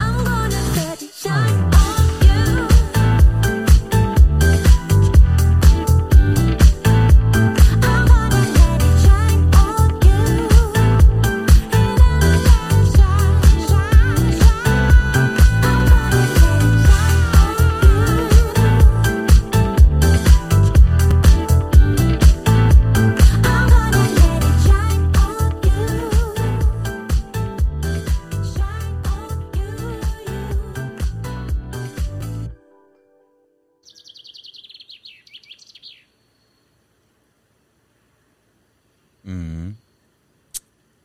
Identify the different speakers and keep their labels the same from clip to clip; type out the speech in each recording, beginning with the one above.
Speaker 1: I'm gonna set a shine on you. I'm gonna let it shine on you. And I'm gonna shine, shine, shine. I'm gonna let it shine on you. I'm gonna let it shine on you. Shine on you.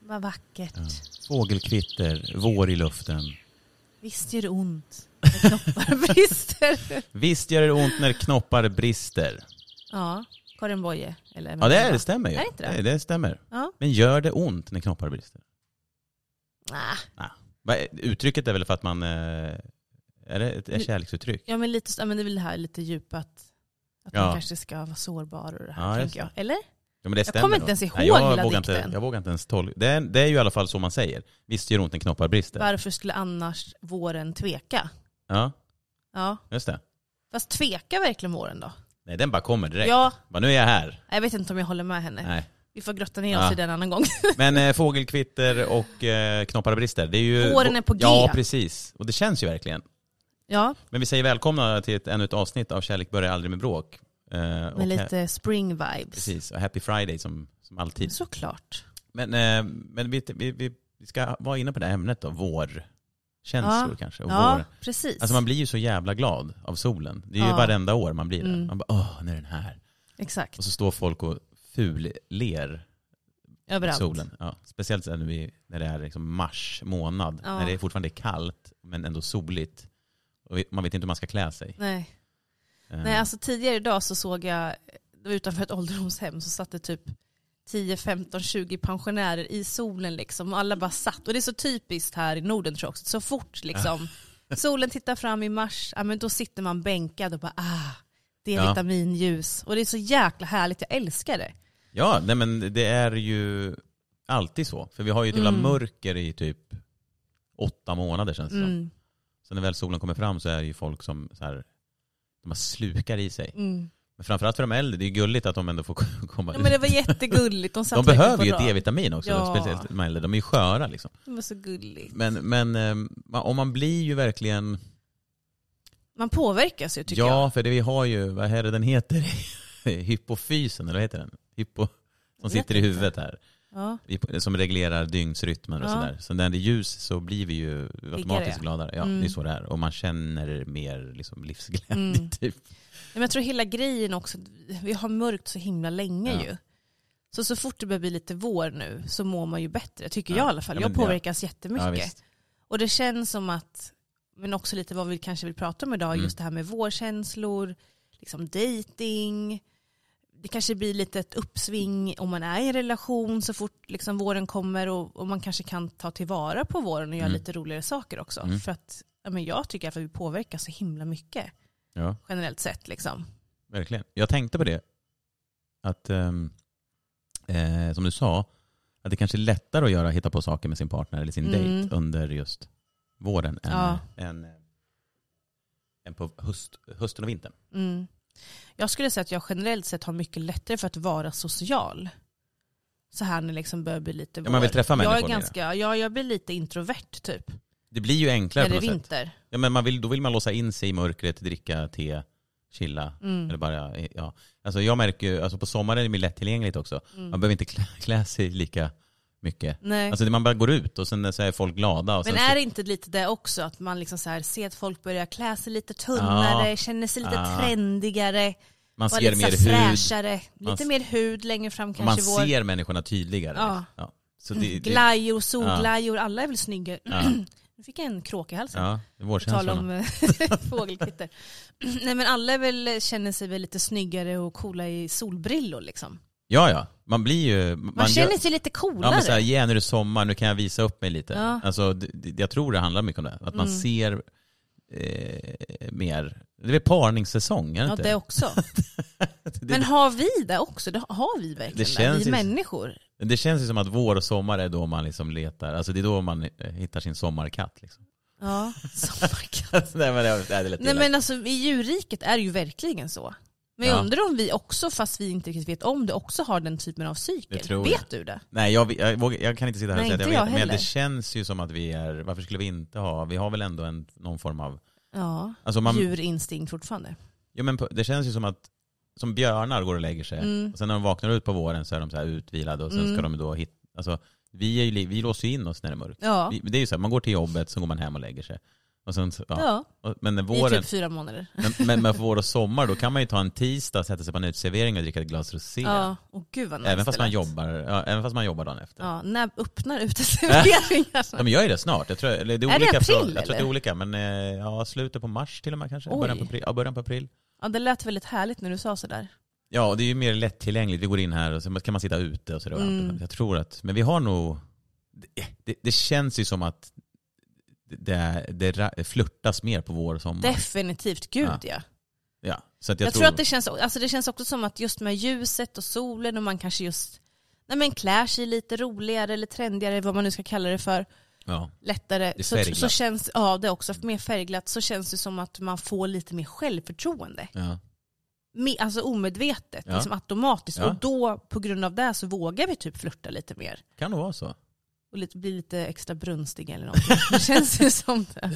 Speaker 2: Vad vackert.
Speaker 3: Fågelkvitter, vår i luften.
Speaker 2: Visst gör det ont när knoppar brister.
Speaker 3: Visst gör det ont när knoppar brister.
Speaker 2: Ja, Karin Boye. Eller
Speaker 3: Ja, det, är, det stämmer ju.
Speaker 2: Är det inte det?
Speaker 3: det? det stämmer.
Speaker 2: Ja.
Speaker 3: Men gör det ont när knoppar brister?
Speaker 2: Ah,
Speaker 3: Nej. Va, Uttrycket är väl för att man... eh, Är det ett ett kärleksuttryck?
Speaker 2: Ja, men lite, ja, men det är väl det här lite djupt att, att
Speaker 3: Ja.
Speaker 2: man kanske ska vara sårbar och det här,
Speaker 3: Ja, just
Speaker 2: tänker jag. Eller?
Speaker 3: Ja, men det stämmer
Speaker 2: kommer
Speaker 3: nog.
Speaker 2: inte ens ihåg
Speaker 3: Nej, jag
Speaker 2: hela
Speaker 3: vågar Inte,
Speaker 2: dikten.
Speaker 3: jag vågar inte ens tolka. Det är, det är ju i alla fall så man säger. Visst gör det ont när knoppar brister.
Speaker 2: Varför skulle annars våren tveka?
Speaker 3: Ja,
Speaker 2: Ja,
Speaker 3: just det.
Speaker 2: fast tveka verkligen våren då?
Speaker 3: Nej, den bara kommer direkt.
Speaker 2: Ja,
Speaker 3: Bara, nu är jag här.
Speaker 2: jag vet inte om jag håller med henne.
Speaker 3: Nej.
Speaker 2: Vi får grotta ner oss
Speaker 3: Ja.
Speaker 2: i den en annan gång.
Speaker 3: Men eh, fågelkvitter och eh, knoppar brister. Det är ju...
Speaker 2: Våren är på G.
Speaker 3: Ja, precis. Och det känns ju verkligen.
Speaker 2: ja,
Speaker 3: Men vi säger välkomna till ett, ännu ett avsnitt av Kärlek börjar aldrig med bråk. Eh, och
Speaker 2: med
Speaker 3: ha-
Speaker 2: lite spring vibes.
Speaker 3: Precis, och Happy Friday som, som alltid.
Speaker 2: Såklart.
Speaker 3: Men, eh, men vi, vi, vi vi ska vara inne på det här ämnet då, vårkänslor
Speaker 2: Ja.
Speaker 3: kanske. Och
Speaker 2: Ja,
Speaker 3: vår.
Speaker 2: precis.
Speaker 3: Alltså man blir ju så jävla glad av solen. Det är ju
Speaker 2: Ja.
Speaker 3: varenda år man blir det.
Speaker 2: Mm.
Speaker 3: Man bara, åh, nu är den här.
Speaker 2: Exakt.
Speaker 3: Och så står folk och fuller
Speaker 2: Överallt.
Speaker 3: solen. Ja, speciellt sen när, vi, när det är liksom mars månad,
Speaker 2: Ja.
Speaker 3: när det är fortfarande är kallt men ändå soligt. Och vi- man vet inte hur man ska klä sig.
Speaker 2: Nej.
Speaker 3: Eh,
Speaker 2: Nej, alltså tidigare idag så såg jag, det var utanför ett ålderdomshem, så satt det typ 10, 15, 20 pensionärer i solen liksom. Och alla bara satt. Och det är så typiskt här i Norden tror jag också. Så fort liksom solen tittar fram i mars, ja men då sitter man bänkad och bara ah, det är
Speaker 3: Ja.
Speaker 2: vitaminljus. Och det är så jäkla härligt, jag älskar det.
Speaker 3: Ja, nej men det är ju alltid så. För vi har ju ett jävla
Speaker 2: Mm.
Speaker 3: mörker i typ åtta månader känns det som.
Speaker 2: Mm,
Speaker 3: Så när väl solen kommer fram så är det ju folk som så här, de har slukar i sig.
Speaker 2: mm.
Speaker 3: Men framförallt för de äldre, det är ju gulligt att de ändå får komma
Speaker 2: Ja,
Speaker 3: ut.
Speaker 2: men det var jättegulligt. De, satt
Speaker 3: De
Speaker 2: verkligen
Speaker 3: behöver ju
Speaker 2: på rad.
Speaker 3: D-vitamin också,
Speaker 2: Ja.
Speaker 3: speciellt de äldre. De är ju sköra liksom.
Speaker 2: Det var så gulligt.
Speaker 3: Men, men eh, om man blir ju verkligen,
Speaker 2: Man påverkas ju tycker
Speaker 3: ja
Speaker 2: jag.
Speaker 3: för det vi har ju, vad är det den heter? Hypofysen, eller vad heter den? Hypo, som
Speaker 2: vet
Speaker 3: sitter i
Speaker 2: inte.
Speaker 3: huvudet här.
Speaker 2: Ja.
Speaker 3: Vi- som reglerar dygnsrytmen och
Speaker 2: Ja.
Speaker 3: sådär. Så när det är ljus så blir vi ju automatiskt gladare. Ja,
Speaker 2: Mm.
Speaker 3: det är så det är. Och man känner mer liksom livsglädje
Speaker 2: Mm.
Speaker 3: typ.
Speaker 2: Nej, Men jag tror hela grejen också, vi har mörkt så himla länge
Speaker 3: Ja.
Speaker 2: ju. Så så fort det börjar bli lite vår nu så mår man ju bättre, tycker
Speaker 3: Ja.
Speaker 2: jag i alla fall.
Speaker 3: Ja,
Speaker 2: jag
Speaker 3: men det-
Speaker 2: påverkas jättemycket.
Speaker 3: visst.
Speaker 2: och det känns som att, men också lite vad vi kanske vill prata om idag,
Speaker 3: Mm.
Speaker 2: just det här med vårkänslor, liksom dating. Det kanske blir lite ett uppsving om man är i en relation så fort liksom våren kommer och, och man kanske kan ta tillvara på våren och göra
Speaker 3: Mm.
Speaker 2: lite roligare saker också.
Speaker 3: Mm.
Speaker 2: För att ja, men jag tycker i alla fall att vi påverkas så himla mycket
Speaker 3: Ja,
Speaker 2: generellt sett. Liksom.
Speaker 3: verkligen. Jag tänkte på det. Att, ehm, eh, som du sa, att det kanske är lättare att göra, hitta på saker med sin partner eller sin
Speaker 2: Mm.
Speaker 3: dejt under just våren än,
Speaker 2: Ja.
Speaker 3: än, än på höst, hösten och vintern.
Speaker 2: Mm. Jag skulle säga att jag generellt sett har mycket lättare för att vara social. så här när det liksom börjar bli lite
Speaker 3: Ja, man vill
Speaker 2: vår.
Speaker 3: träffa
Speaker 2: jag är
Speaker 3: människor mer.
Speaker 2: ganska, ja, jag blir lite introvert typ.
Speaker 3: Det blir ju enklare
Speaker 2: När
Speaker 3: på
Speaker 2: det är
Speaker 3: något sätt.
Speaker 2: vinter.
Speaker 3: Ja, men man vill, då vill man låsa in sig i mörkret, dricka te, chilla.
Speaker 2: Mm.
Speaker 3: Eller bara, ja. alltså jag märker ju, alltså på sommaren är det lättillgängligt också.
Speaker 2: Mm.
Speaker 3: Man behöver inte klä, klä sig lika mycket.
Speaker 2: Nej.
Speaker 3: Alltså det- man bara går ut och sen så är folk glada. Och
Speaker 2: men
Speaker 3: sen
Speaker 2: är
Speaker 3: så,
Speaker 2: det inte lite det också, att man liksom så här ser att folk börjar klä sig lite tunnare,
Speaker 3: Ja.
Speaker 2: känner sig lite
Speaker 3: Ja.
Speaker 2: trendigare,
Speaker 3: man
Speaker 2: vara
Speaker 3: ser
Speaker 2: lite så
Speaker 3: mer
Speaker 2: här
Speaker 3: hud
Speaker 2: fräschare,
Speaker 3: Man
Speaker 2: lite
Speaker 3: s-
Speaker 2: mer hud längre fram
Speaker 3: och man
Speaker 2: kanske i vår.
Speaker 3: ser människorna tydligare.
Speaker 2: Ja.
Speaker 3: liksom. Ja. Så det, det,
Speaker 2: Glajjor, solglajjor, alla är väl snygga.
Speaker 3: ja.
Speaker 2: Nu fick jag en kråka i halsen.
Speaker 3: Ja, det är
Speaker 2: På tal
Speaker 3: vårkänslan.
Speaker 2: om eh, fågelkvitter. Nej men alla är väl, känner sig väl lite snyggare och coola i solbrillor liksom. Man,
Speaker 3: Ja, ja. Man blir ju... Man,
Speaker 2: känner
Speaker 3: gör-
Speaker 2: sig lite
Speaker 3: Ja,
Speaker 2: coolare.
Speaker 3: men så här, yeah, nu är det sommar, nu kan jag visa upp mig lite.
Speaker 2: Ja.
Speaker 3: Alltså, det, det- jag tror det handlar mycket om det. Att man
Speaker 2: Mm.
Speaker 3: ser eh, mer... Det är väl parningssäsong, är det
Speaker 2: ja
Speaker 3: inte?
Speaker 2: det också.
Speaker 3: det,
Speaker 2: Men har vi det också? Det har vi verkligen
Speaker 3: Det
Speaker 2: det?
Speaker 3: känns
Speaker 2: vi
Speaker 3: ju-
Speaker 2: människor?
Speaker 3: det känns ju som att vår och sommar är då man liksom letar. Alltså det är då man eh, hittar sin sommarkatt. Liksom.
Speaker 2: Ja, sommarkatt.
Speaker 3: nej, men, det- det lät
Speaker 2: Nej
Speaker 3: illa.
Speaker 2: men alltså i djurriket är det ju verkligen så. Men jag
Speaker 3: Ja.
Speaker 2: undrar om vi också, fast vi inte riktigt vet om det, också har den typen av cykel.
Speaker 3: Det tror jag.
Speaker 2: vet du det?
Speaker 3: nej jag, jag, vågar- jag kan inte sitta här och
Speaker 2: Nej,
Speaker 3: säga att jag
Speaker 2: inte jag
Speaker 3: vet. men det
Speaker 2: heller.
Speaker 3: känns ju som att vi är... Varför skulle vi inte ha... Vi har väl ändå en, någon form av...
Speaker 2: Ja,
Speaker 3: Alltså man,
Speaker 2: djurinstinkt fortfarande.
Speaker 3: Ja, men på- det känns ju som att som björnar går och lägger sig.
Speaker 2: Mm.
Speaker 3: Och sen när de vaknar ut på våren så är de så här utvilade och sen
Speaker 2: Mm.
Speaker 3: ska de då hitta... Alltså, vi, är ju, li- vi låser ju in oss när det är mörkt.
Speaker 2: Ja,
Speaker 3: Vi, det är ju så här, man går till jobbet, sen går man hem och lägger sig. Och sen, så- ja.
Speaker 2: ja.
Speaker 3: Och- Men när
Speaker 2: i
Speaker 3: våren,
Speaker 2: typ fyra månader.
Speaker 3: men, men med vår och sommar, då kan man ju ta en tisdag, sätta sig på en uteservering och dricka ett glas rosé.
Speaker 2: Ja, och gud vad nice
Speaker 3: även, fast
Speaker 2: det
Speaker 3: man
Speaker 2: lät.
Speaker 3: jobbar, ja, även fast man jobbar dagen efter. Ja.
Speaker 2: Ja, när öppnar uteserveringarna?
Speaker 3: men jag är det snart. Jag tror, eller det är
Speaker 2: Är det
Speaker 3: olika
Speaker 2: april,
Speaker 3: från- jag tror att det är
Speaker 2: eller?
Speaker 3: olika, men eh, ja, slutet på mars till och med kanske.
Speaker 2: Oj.
Speaker 3: Början på, april, ja, början på april.
Speaker 2: Ja, det lät väldigt härligt när du sa sådär.
Speaker 3: Ja, och det är ju mer lättillgängligt. Vi går in här och så kan man sitta ute och så är det varmt.
Speaker 2: Mm.
Speaker 3: Jag tror att, men vi har nog, det, det, det känns ju som att det, det ra- flörtas mer på vår och sommar.
Speaker 2: Definitivt, gud
Speaker 3: Ja.
Speaker 2: ja.
Speaker 3: Ja, så att jag,
Speaker 2: Jag, tror... att det känns, alltså det känns också som att just med ljuset och solen och man kanske just nej men klär sig lite roligare eller trendigare, vad man nu ska kalla det för,
Speaker 3: ja.
Speaker 2: lättare.
Speaker 3: är
Speaker 2: så,
Speaker 3: färgglatt.
Speaker 2: så känns, ja det är också mer färgglatt, så känns det som att man får lite mer självförtroende.
Speaker 3: Ja.
Speaker 2: Med, alltså omedvetet,
Speaker 3: Ja.
Speaker 2: liksom automatiskt.
Speaker 3: Ja.
Speaker 2: Och då på grund av det så vågar vi typ flirta lite mer.
Speaker 3: Kan nog vara så.
Speaker 2: och lite, bli lite extra brunstiga eller någonting. Det känns ju som det.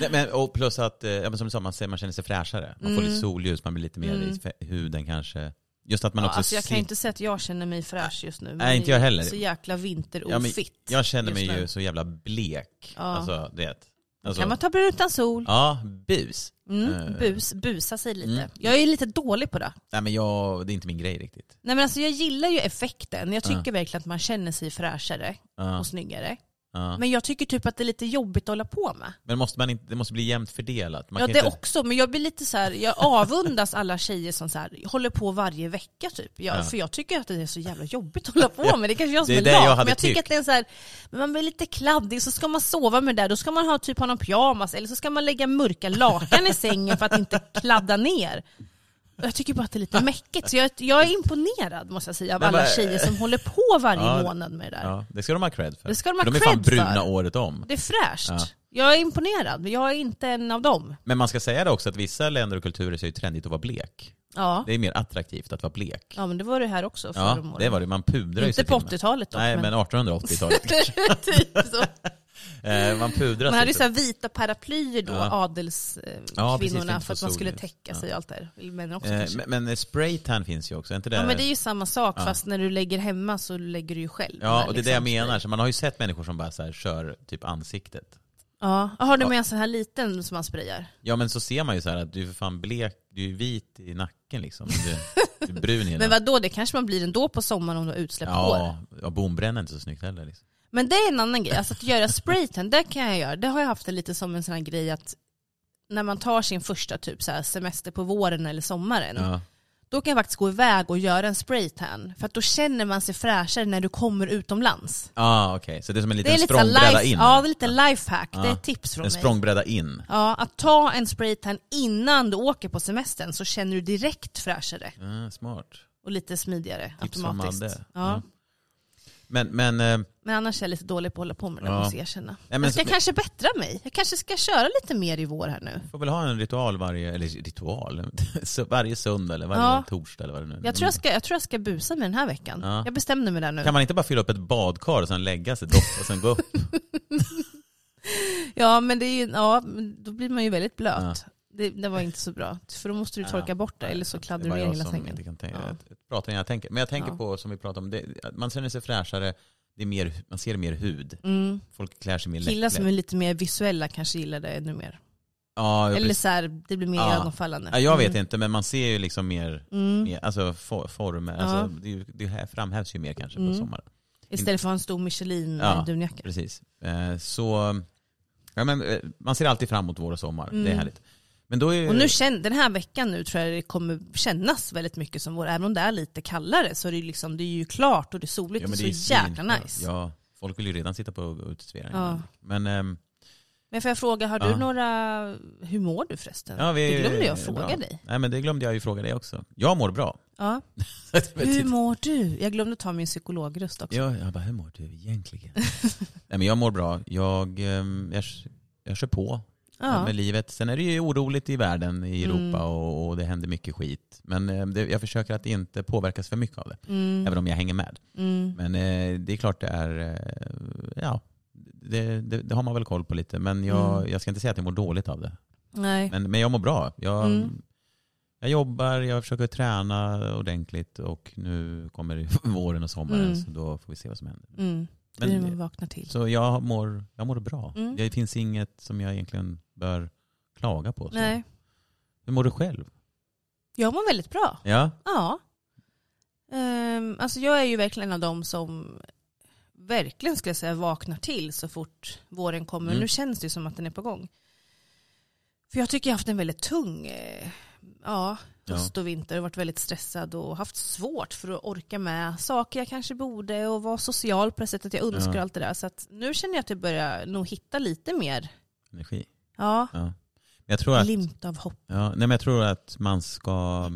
Speaker 3: Nej, men, och plus att, eh, ja, men som du sa, man, ser, man känner sig fräschare. Man får
Speaker 2: Mm.
Speaker 3: lite solljus, man blir lite mer i
Speaker 2: Mm.
Speaker 3: fe- huden kanske. Just att man
Speaker 2: ja,
Speaker 3: också
Speaker 2: alltså jag kan
Speaker 3: slip-
Speaker 2: ju inte säga att jag känner mig fräsch just nu. men
Speaker 3: Nej, inte
Speaker 2: det är
Speaker 3: jag heller.
Speaker 2: Så jäkla
Speaker 3: Ja, men
Speaker 2: vinterofitt.
Speaker 3: Jag känner
Speaker 2: just
Speaker 3: mig
Speaker 2: nu.
Speaker 3: ju så jävla blek.
Speaker 2: Ja.
Speaker 3: Alltså, du vet. Alltså,
Speaker 2: Kan man ta brun utan sol?
Speaker 3: Ja, bus.
Speaker 2: Mm,
Speaker 3: Eh.
Speaker 2: bus, busa sig lite.
Speaker 3: Mm.
Speaker 2: Jag är lite dålig på det.
Speaker 3: Nej men jag, det är inte min grej riktigt.
Speaker 2: Nej, men alltså jag gillar ju effekten. Jag tycker
Speaker 3: Ja.
Speaker 2: verkligen att man känner sig fräschare
Speaker 3: Ja,
Speaker 2: och snyggare.
Speaker 3: ja.
Speaker 2: Men jag tycker typ att det är lite jobbigt att hålla på med.
Speaker 3: Men måste man inte, det måste bli jämnt fördelat. Man
Speaker 2: ja
Speaker 3: kan
Speaker 2: det
Speaker 3: inte,
Speaker 2: också, men jag blir lite så här, jag avundas alla tjejer som så här, håller på varje vecka typ. Jag,
Speaker 3: Ja.
Speaker 2: För jag tycker att det är så jävla jobbigt att hålla på med, det är kanske jag som
Speaker 3: Det är
Speaker 2: är,
Speaker 3: det
Speaker 2: lat.
Speaker 3: jag hade
Speaker 2: men jag tycker
Speaker 3: tyckt.
Speaker 2: att det är en så här, men man blir lite kladdig, så ska man sova med det där, då ska man ha typ ha någon pyjamas eller så ska man lägga mörka lakan i sängen för att inte kladda ner. Och Jag tycker bara att det är lite mäckigt, så jag, jag är imponerad måste jag säga av
Speaker 3: Men
Speaker 2: alla
Speaker 3: vad-
Speaker 2: tjejer som håller på varje
Speaker 3: Ja, det-
Speaker 2: månad med det där.
Speaker 3: Ja, det ska de ha cred för.
Speaker 2: Det ska de ha
Speaker 3: de är fan
Speaker 2: cred för.
Speaker 3: bruna året om.
Speaker 2: Det är fräscht.
Speaker 3: Ja.
Speaker 2: Jag är imponerad, men jag är inte en av dem.
Speaker 3: Men man ska säga det också att vissa länder och kulturer ser ju trendigt att vara blek.
Speaker 2: Ja.
Speaker 3: Det är mer attraktivt att vara blek.
Speaker 2: Ja men det var det här också förr om
Speaker 3: Ja,
Speaker 2: åren.
Speaker 3: det var det. Man pudrar ju
Speaker 2: Inte
Speaker 3: sig
Speaker 2: på
Speaker 3: till och med.
Speaker 2: 80-talet dock.
Speaker 3: Nej, men 1880-talet.
Speaker 2: typ så.
Speaker 3: Eh, man pudrar
Speaker 2: Man
Speaker 3: sig.
Speaker 2: hade ju så
Speaker 3: till-
Speaker 2: här vita paraplyer då,
Speaker 3: Ja. Ja, precis,
Speaker 2: adelskvinnorna,
Speaker 3: för att
Speaker 2: för att man
Speaker 3: få
Speaker 2: skulle
Speaker 3: solljus.
Speaker 2: täcka
Speaker 3: Ja.
Speaker 2: sig och allt det där. Män också
Speaker 3: Eh,
Speaker 2: kanske.
Speaker 3: men- Men eh, spraytan finns ju också, är inte det?
Speaker 2: ja men det är ju samma sak,
Speaker 3: Ja.
Speaker 2: fast när du lägger hemma så lägger du ju själv.
Speaker 3: Ja, och det är det jag
Speaker 2: liksom.
Speaker 3: menar. Så man har ju sett människor som bara så här, kör typ ansiktet.
Speaker 2: Ja, har du
Speaker 3: Ja.
Speaker 2: med en sån här liten som man sprayar?
Speaker 3: Ja men så ser man ju så här att du är för fan blek, du är ju vit i nacken liksom. Du, du är brun i nacken.
Speaker 2: Men vadå, det kanske man blir ändå på sommaren om du har utsläppt hår.
Speaker 3: Ja, ja bombränna är inte så snyggt heller. Liksom.
Speaker 2: Men det är en annan grej, alltså att göra spraytan, det kan jag göra. Det har jag haft det lite som en sån här grej att när man tar sin första typ så här semester på våren eller sommaren,
Speaker 3: Ja.
Speaker 2: då kan jag faktiskt gå iväg och göra en spraytan. För att då känner man sig fräschare när du kommer utomlands.
Speaker 3: Ah, okej. Så det är som en
Speaker 2: Det är
Speaker 3: liten
Speaker 2: lite så här
Speaker 3: språngbräda
Speaker 2: life,
Speaker 3: in?
Speaker 2: ja, det är lite lifehack, det
Speaker 3: Ja.
Speaker 2: är ett tips från
Speaker 3: en
Speaker 2: mig.
Speaker 3: språngbräda in.
Speaker 2: Ja, att ta en spraytan innan du åker på semestern så känner du direkt fräschare
Speaker 3: Ah, smart.
Speaker 2: och lite smidigare
Speaker 3: Tips från
Speaker 2: automatiskt.
Speaker 3: Madde.
Speaker 2: Ja.
Speaker 3: Mm. Men, men, eh,
Speaker 2: Men annars är jag lite dålig på att hålla på med det,
Speaker 3: Ja.
Speaker 2: måste jag erkänna.
Speaker 3: men
Speaker 2: jag ska
Speaker 3: så-
Speaker 2: kanske bättra mig. Jag kanske ska köra lite mer i vår här nu.
Speaker 3: får väl ha en ritual varje, eller ritual, så varje söndag eller varje
Speaker 2: Ja.
Speaker 3: torsdag eller vad det nu är.
Speaker 2: Jag tror jag ska, jag tror jag ska busa med den här veckan.
Speaker 3: Ja.
Speaker 2: Jag bestämde mig där nu.
Speaker 3: Kan man inte bara fylla upp ett badkar och sen lägga sig dopp och sen gå upp?
Speaker 2: Ja, men det är ju, ja, men då blir man ju väldigt blöt. Det, det var inte så bra. För då måste du torka
Speaker 3: Ja.
Speaker 2: bort det, eller så kladdar
Speaker 3: Det
Speaker 2: du
Speaker 3: var
Speaker 2: ner
Speaker 3: jag
Speaker 2: hela
Speaker 3: som
Speaker 2: sängen.
Speaker 3: Inte kan tänka.
Speaker 2: Ja.
Speaker 3: Jag pratar när jag tänker. Men jag tänker
Speaker 2: Ja.
Speaker 3: på, som vi pratade om, det, att man känner sig fräschare, det är mer, man ser mer hud.
Speaker 2: Mm.
Speaker 3: Folk klär sig mer
Speaker 2: Killar
Speaker 3: lätt.
Speaker 2: som är lite mer visuella kanske gillar det ännu mer.
Speaker 3: ja,
Speaker 2: Eller
Speaker 3: precis.
Speaker 2: så här, det blir mer
Speaker 3: Ja.
Speaker 2: ögonfallande.
Speaker 3: ja, jag vet
Speaker 2: Mm.
Speaker 3: inte, men man ser ju liksom mer,
Speaker 2: Mm.
Speaker 3: mer alltså for, former.
Speaker 2: Ja.
Speaker 3: Alltså, det, är ju- det här framhävs ju mer kanske
Speaker 2: Mm.
Speaker 3: på sommaren.
Speaker 2: Istället för att ha en stor Michelin-dunjacka.
Speaker 3: Precis. Eh, så, ja, men, eh, man ser alltid fram emot vår och sommar. Det är härligt. Men då är,
Speaker 2: Mm. Och nu känner, den här veckan nu tror jag det kommer kännas väldigt mycket som vår, även om det är lite kallare så är det, ju liksom, det är ju klart och det är soligt
Speaker 3: men
Speaker 2: och
Speaker 3: det är
Speaker 2: så jäkla
Speaker 3: svinkul.
Speaker 2: nice.
Speaker 3: Ja, folk vill ju redan sitta på uteserveringar.
Speaker 2: Ja.
Speaker 3: Men ehm,
Speaker 2: Men får jag fråga, har du
Speaker 3: Ja.
Speaker 2: några, hur mår du förresten?
Speaker 3: ja, vi,
Speaker 2: det glömde jag
Speaker 3: bra.
Speaker 2: fråga dig.
Speaker 3: Nej, men det glömde jag ju fråga dig också. Jag mår bra.
Speaker 2: Ja.
Speaker 3: Jag vet
Speaker 2: Hur
Speaker 3: inte.
Speaker 2: mår du? Jag glömde ta min psykologröst också.
Speaker 3: Ja, jag bara, hur mår du egentligen? Nej, men jag mår bra. Jag, ehm, jag, jag kör på
Speaker 2: Ja.
Speaker 3: med livet. Sen är det ju oroligt i världen, i
Speaker 2: Mm.
Speaker 3: Europa och, och det händer mycket skit. Men ehm, det, jag försöker att inte påverkas för mycket av det,
Speaker 2: Mm,
Speaker 3: även om jag hänger med.
Speaker 2: mm,
Speaker 3: Men eh, det är klart det är, eh, ja, det, det, det har man väl koll på lite. Men jag,
Speaker 2: Mm.
Speaker 3: jag ska inte säga att jag mår dåligt av det.
Speaker 2: nej.
Speaker 3: Men, men jag mår bra. Jag,
Speaker 2: Mm.
Speaker 3: jag jobbar, jag försöker träna ordentligt och nu kommer våren och sommaren
Speaker 2: Mm.
Speaker 3: så då får vi se vad som händer.
Speaker 2: Mm. Det är
Speaker 3: Men- eh,
Speaker 2: det man vaknar till.
Speaker 3: Så jag mår, jag mår bra.
Speaker 2: Mm.
Speaker 3: Det finns inget som jag egentligen bör klaga på. Så.
Speaker 2: Nej.
Speaker 3: Hur mår du själv?
Speaker 2: Jag mår väldigt bra.
Speaker 3: Ja,
Speaker 2: Ja. Ehm, alltså jag är ju verkligen en av dem som verkligen skulle jag säga vaknar till så fort våren kommer.
Speaker 3: Mm.
Speaker 2: Nu känns det ju som att den är på gång. För jag tycker jag har haft en väldigt tung eh, ja,
Speaker 3: Ja.
Speaker 2: höst och vinter och varit väldigt stressad och haft svårt för att orka med saker jag kanske borde och vara social på det sättet jag önskar
Speaker 3: Ja.
Speaker 2: och allt det där. Så att nu känner jag att jag börjar nog hitta lite mer
Speaker 3: energi.
Speaker 2: ja,
Speaker 3: Ja. Men Jag tror att,
Speaker 2: glimt av hopp.
Speaker 3: ja, nej men jag tror att man ska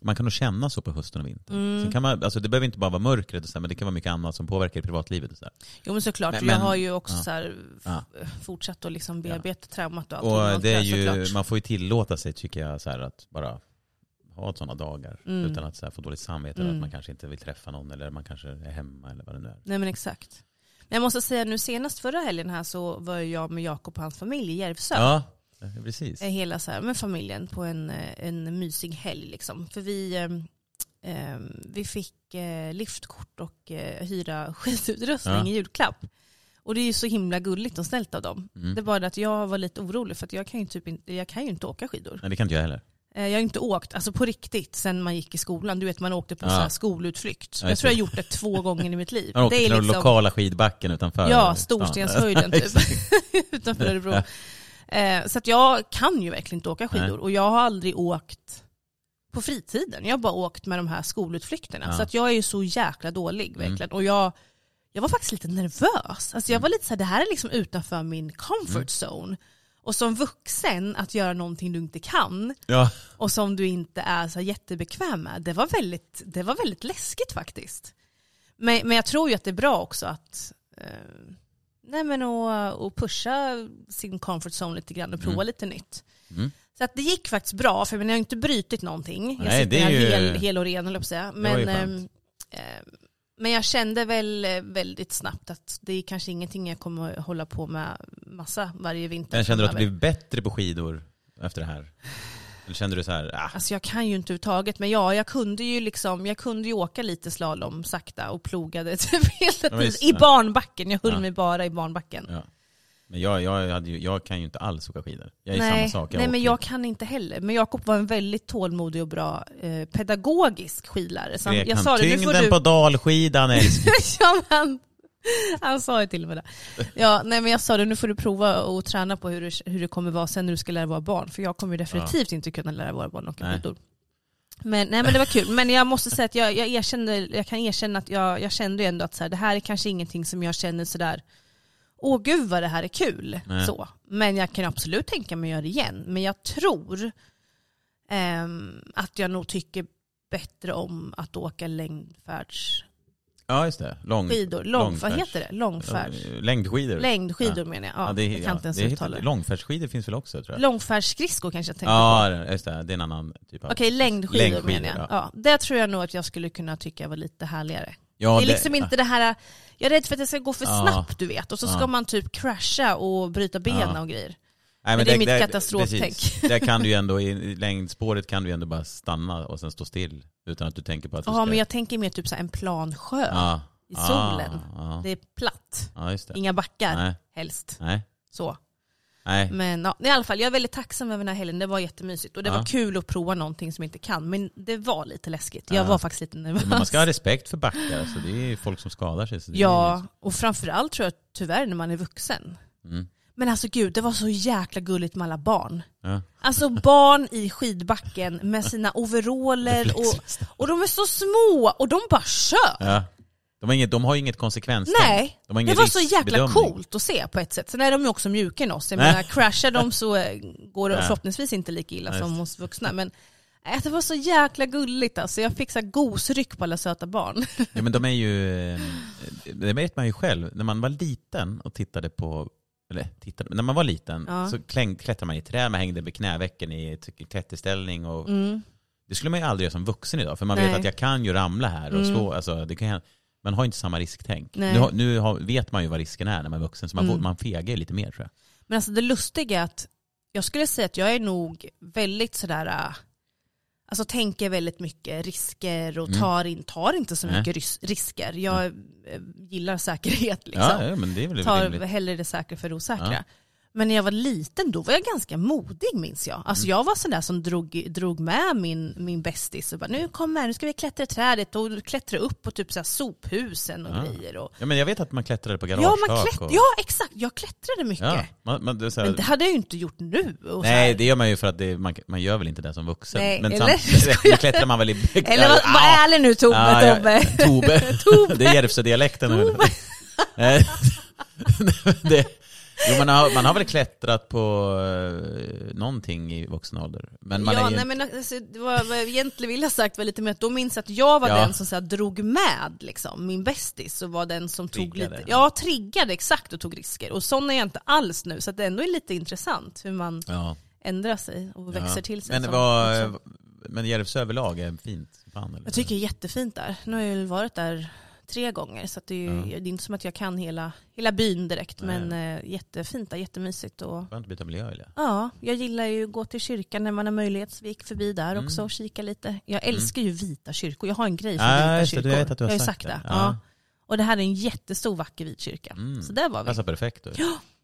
Speaker 3: man kan nog känna så på hösten och vintern.
Speaker 2: Mm.
Speaker 3: Sen kan man, alltså det behöver inte bara vara mörkret, och så här, men det kan vara mycket annat som påverkar i privatlivet. Och så här.
Speaker 2: Jo men såklart,
Speaker 3: Men-
Speaker 2: för jag
Speaker 3: men-
Speaker 2: har ju också
Speaker 3: ja.
Speaker 2: så här, f-
Speaker 3: Ja.
Speaker 2: fortsatt att liksom bearbeta traumat och allt.
Speaker 3: Och det är ju,
Speaker 2: såklart.
Speaker 3: man får ju tillåta sig tycker jag så här, att bara ha sådana dagar
Speaker 2: Mm.
Speaker 3: utan att så här, få dåligt samvete eller
Speaker 2: Mm.
Speaker 3: att man kanske inte vill träffa någon eller man kanske är hemma eller vad det nu är.
Speaker 2: Nej men exakt. Men jag måste säga nu senast förra helgen här så var ju jag med Jakob och hans familj i Järvsö.
Speaker 3: Ja, eh, precis.
Speaker 2: Eh, Hela så här med familjen på en, eh, en mysig helg liksom. För vi, ehm, ehm, vi fick eh, liftkort och eh, hyra skidutrustning
Speaker 3: Ja.
Speaker 2: i julklapp. Och det är ju så himla gulligt och snällt av dem.
Speaker 3: Mm.
Speaker 2: Det är bara det att jag var lite orolig för att jag kan ju, typ inte, jag kan ju inte åka skidor.
Speaker 3: Nej, det kan inte jag heller.
Speaker 2: Eh, Jag har inte åkt, alltså på riktigt, sen man gick i skolan. Du vet man åkte på
Speaker 3: Ja.
Speaker 2: så här skolutflykt.
Speaker 3: Ja,
Speaker 2: jag
Speaker 3: just
Speaker 2: tror jag
Speaker 3: det.
Speaker 2: har gjort det två gånger i mitt liv.
Speaker 3: Jag åkte
Speaker 2: det
Speaker 3: till den lokala skidbacken utanför.
Speaker 2: liksom- Ja,
Speaker 3: stan.
Speaker 2: Storstenshöjden typ. Utanför Örebro. Eh, så att jag kan ju verkligen inte åka skidor.
Speaker 3: Nej.
Speaker 2: Och jag har aldrig åkt på fritiden. Jag har bara åkt med de här skolutflykterna.
Speaker 3: Ja.
Speaker 2: Så att jag är ju så jäkla dålig
Speaker 3: Mm.
Speaker 2: verkligen. Och jag, jag var faktiskt lite nervös. Alltså jag var lite så här, det här är liksom utanför min
Speaker 3: Mm.
Speaker 2: comfort zone. Och som vuxen, att göra någonting du inte kan
Speaker 3: Ja.
Speaker 2: och som du inte är så här jättebekväm med. Det var väldigt, det var väldigt läskigt faktiskt. Men, men jag tror ju att det är bra också att eh, nej men och, och pusha sin comfort zone lite grann och prova lite nytt.
Speaker 3: Mm.
Speaker 2: Så att det gick faktiskt bra, för jag, menar, jag har inte brutit någonting. Jag
Speaker 3: Nej,
Speaker 2: sitter
Speaker 3: det är
Speaker 2: här
Speaker 3: ju-
Speaker 2: hel, hel och ren, höll jag på att säga.
Speaker 3: var ju
Speaker 2: Men,
Speaker 3: skönt.
Speaker 2: eh, eh, men jag kände väl eh, väldigt snabbt att det är kanske ingenting jag kommer att hålla på med massa varje vinter.
Speaker 3: Men kände du att du
Speaker 2: framöver.
Speaker 3: blev bättre på skidor efter det här? Eller kände du så här, ah,
Speaker 2: Alltså jag kan ju inte överhuvudtaget, men ja, jag kunde ju liksom, jag kunde ju åka lite slalom sakta och plogade typ hela tiden
Speaker 3: visst,
Speaker 2: i
Speaker 3: ja.
Speaker 2: barnbacken. Jag höll
Speaker 3: Ja.
Speaker 2: mig bara i barnbacken.
Speaker 3: ja. Men jag, jag, hade ju, jag kan ju inte alls åka skidor. Jag är samma
Speaker 2: Nej,
Speaker 3: sak.
Speaker 2: nej men
Speaker 3: åker-
Speaker 2: jag kan inte heller. Men Jakob var en väldigt tålmodig och bra eh, pedagogisk skidlärare. Så han, jag
Speaker 3: Grekan,
Speaker 2: sa det, nu får
Speaker 3: Tyngden
Speaker 2: du...
Speaker 3: på dalskidan älskling.
Speaker 2: ja, men han, han sa ju till och med det. Ja, nej, men jag sa det, nu får du prova och träna på hur det, hur det kommer vara sen när du ska lära våra barn. För jag kommer ju definitivt inte kunna lära våra barn att åka
Speaker 3: Nej.
Speaker 2: skidor. Men, nej men det var kul, men jag måste säga att jag, jag, erkänner, jag kan erkänna att jag, jag kände ju ändå att så här, det här är kanske ingenting som jag känner sådär, åh gud vad det här är kul.
Speaker 3: Nej.
Speaker 2: Så. Men jag kan absolut tänka mig att göra det igen. Men jag tror ehm, att jag nog tycker bättre om att åka längdfärds
Speaker 3: Ja, just det. Lång,
Speaker 2: Skidor, lång, vad heter det? Långfärds.
Speaker 3: Eh, Längdskidor.
Speaker 2: Längdskidor
Speaker 3: Ja.
Speaker 2: menar jag. Ja,
Speaker 3: Ja, det,
Speaker 2: jag kan
Speaker 3: ja,
Speaker 2: inte ens
Speaker 3: det heter-
Speaker 2: uttala det.
Speaker 3: Långfärdsskidor finns väl också tror jag?
Speaker 2: Långfärdsskridskor kanske jag tänker
Speaker 3: ja, det- just det. Det är en annan typ av...
Speaker 2: på. Okej, längdskidor,
Speaker 3: Längdskidor,
Speaker 2: menar jag.
Speaker 3: ja.
Speaker 2: Ja. det tror jag nog att jag skulle kunna tycka var lite härligare.
Speaker 3: ja,
Speaker 2: det är liksom inte det här, jag är rädd för att det ska gå för
Speaker 3: Ja.
Speaker 2: snabbt du vet, och så ska
Speaker 3: Ja.
Speaker 2: man typ crasha och bryta benen
Speaker 3: Ja.
Speaker 2: och grejer.
Speaker 3: Nej,
Speaker 2: Men det är
Speaker 3: där-
Speaker 2: mitt
Speaker 3: där-
Speaker 2: katastroftänk.
Speaker 3: precis. Där kan du ju ändå, i i längdspåret kan du ju ändå bara stanna och sen stå still utan att du tänker på att du
Speaker 2: Ja, men jag tänker mer typ så här en plan sjö
Speaker 3: Ja.
Speaker 2: i solen.
Speaker 3: Ja,
Speaker 2: Det är platt,
Speaker 3: ja just det.
Speaker 2: inga backar
Speaker 3: Nej,
Speaker 2: helst.
Speaker 3: nej,
Speaker 2: Så.
Speaker 3: nej.
Speaker 2: Men ja, i alla fall, jag är väldigt tacksam över den här helgen, det var jättemysigt och det
Speaker 3: Ja.
Speaker 2: var kul att prova någonting som jag inte kan, men det var lite läskigt. Jag
Speaker 3: Ja.
Speaker 2: var faktiskt lite nervös.
Speaker 3: Men man ska ha respekt för backar, alltså, det är ju folk som skadar sig. Så det är
Speaker 2: Ja, och framförallt tror jag tyvärr när man är vuxen.
Speaker 3: liksom. Mm.
Speaker 2: Men alltså gud, det var så jäkla gulligt med alla barn.
Speaker 3: Ja.
Speaker 2: Alltså barn i skidbacken med sina overaller och, och de är så små och de bara kör.
Speaker 3: Ja. De, har inget, de har ju inget konsekvens.
Speaker 2: Nej,
Speaker 3: de har ingen
Speaker 2: det var så jäkla
Speaker 3: riskbedömning.
Speaker 2: coolt att se på ett sätt. Sen är de ju också mjukare än oss. Jag
Speaker 3: Nej.
Speaker 2: menar, crashar de så eh, går det
Speaker 3: Ja.
Speaker 2: förhoppningsvis inte lika illa
Speaker 3: Nej,
Speaker 2: som hos vuxna. Men äh, det var så jäkla gulligt alltså. Jag fick så här gosryck på alla söta barn.
Speaker 3: Ja, men de är ju, eh, det vet man ju själv, när man var liten och tittade på, eller tittade, när man var liten
Speaker 2: Ja.
Speaker 3: så kläng, klättrade man i träd, man hängde med knävecken i t- klätterställning och
Speaker 2: Mm.
Speaker 3: det skulle man ju aldrig göra som vuxen idag för man
Speaker 2: Nej.
Speaker 3: vet att jag kan ju ramla här och
Speaker 2: Mm.
Speaker 3: slå, alltså, det kan, hända. man har inte samma risktänk.
Speaker 2: Nej.
Speaker 3: Nu, har, nu har, vet man ju vad risken är när man är vuxen så man,
Speaker 2: Mm.
Speaker 3: får- man fegar ju lite mer tror jag.
Speaker 2: Men alltså det lustiga är att jag skulle säga att jag är nog väldigt sådär, äh, alltså tänker väldigt mycket risker och
Speaker 3: Mm.
Speaker 2: tar, in, tar inte så
Speaker 3: Nej. Mm.
Speaker 2: mycket ris- risker. Jag eh, gillar säkerhet liksom.
Speaker 3: Ja, ja, men det är väl
Speaker 2: tar
Speaker 3: rimligt.
Speaker 2: hellre det säkra för det osäkra.
Speaker 3: Ja.
Speaker 2: Men när jag var liten då var jag ganska modig minns jag.
Speaker 3: Mm.
Speaker 2: Alltså jag var sån där som drog, drog med min, min bästis och bara nu kommer nu ska vi klättra i trädet och klättra upp på typ så här sophusen och
Speaker 3: Ja.
Speaker 2: grejer. Och,
Speaker 3: Ja, men jag vet att man klättrade på
Speaker 2: ja,
Speaker 3: garagetak.
Speaker 2: man klätt,
Speaker 3: och,
Speaker 2: ja exakt, jag klättrade mycket.
Speaker 3: ja, man, man, det är så här,
Speaker 2: Men det hade jag ju inte gjort nu. Och så
Speaker 3: Nej,
Speaker 2: här.
Speaker 3: det gör man ju för att det, man, man gör väl inte det som vuxen.
Speaker 2: Nej,
Speaker 3: men
Speaker 2: eller?
Speaker 3: samt- nu klättrar man väl i...
Speaker 2: Eller vad, vad
Speaker 3: Au!
Speaker 2: är det nu Tobbe?
Speaker 3: Ah, ja,
Speaker 2: Tobbe?
Speaker 3: Tobbe. Det är Järvsödialekten. Nej. Eh, det, jo, man, har, man har väl klättrat på eh, någonting i vuxen ålder. Men man
Speaker 2: ja,
Speaker 3: är ju,
Speaker 2: nej, men alltså, det var, vad jag egentligen ville ha sagt var lite mer att då minns jag att jag var
Speaker 3: Ja.
Speaker 2: den som så här, drog med liksom, min bästis och var den som tog
Speaker 3: Triggade.
Speaker 2: lite, ja triggade exakt och tog risker. Och sån är jag inte alls nu så att det ändå är lite intressant hur man
Speaker 3: ja,
Speaker 2: ändrar sig och
Speaker 3: ja.
Speaker 2: växer till sig.
Speaker 3: Men,
Speaker 2: som
Speaker 3: vad, eh,
Speaker 2: vuxen.
Speaker 3: men Järvsö överlag är fint band? Eller?
Speaker 2: Jag tycker det är jättefint där. Nu har jag ju varit där tre gånger så att det, är ju, det är inte som att jag kan hela, hela byn direkt
Speaker 3: Nej.
Speaker 2: men eh, jättefint där, jättemysigt. Och,
Speaker 3: Skönt att byta miljö eller?
Speaker 2: Ja, jag gillar ju att gå till kyrkan när man har möjlighet så vi gick förbi där
Speaker 3: Mm.
Speaker 2: också och kika lite. Jag älskar ju vita kyrkor, jag har en grej för
Speaker 3: Ja,
Speaker 2: vita
Speaker 3: just det,
Speaker 2: kyrkor.
Speaker 3: du vet att du har
Speaker 2: jag ju
Speaker 3: sagt
Speaker 2: det.
Speaker 3: det.
Speaker 2: Ja.
Speaker 3: Ja.
Speaker 2: Och det här är en jättestor vacker vit kyrka.
Speaker 3: Mm.
Speaker 2: Så där var vi.
Speaker 3: Passar perfekt då.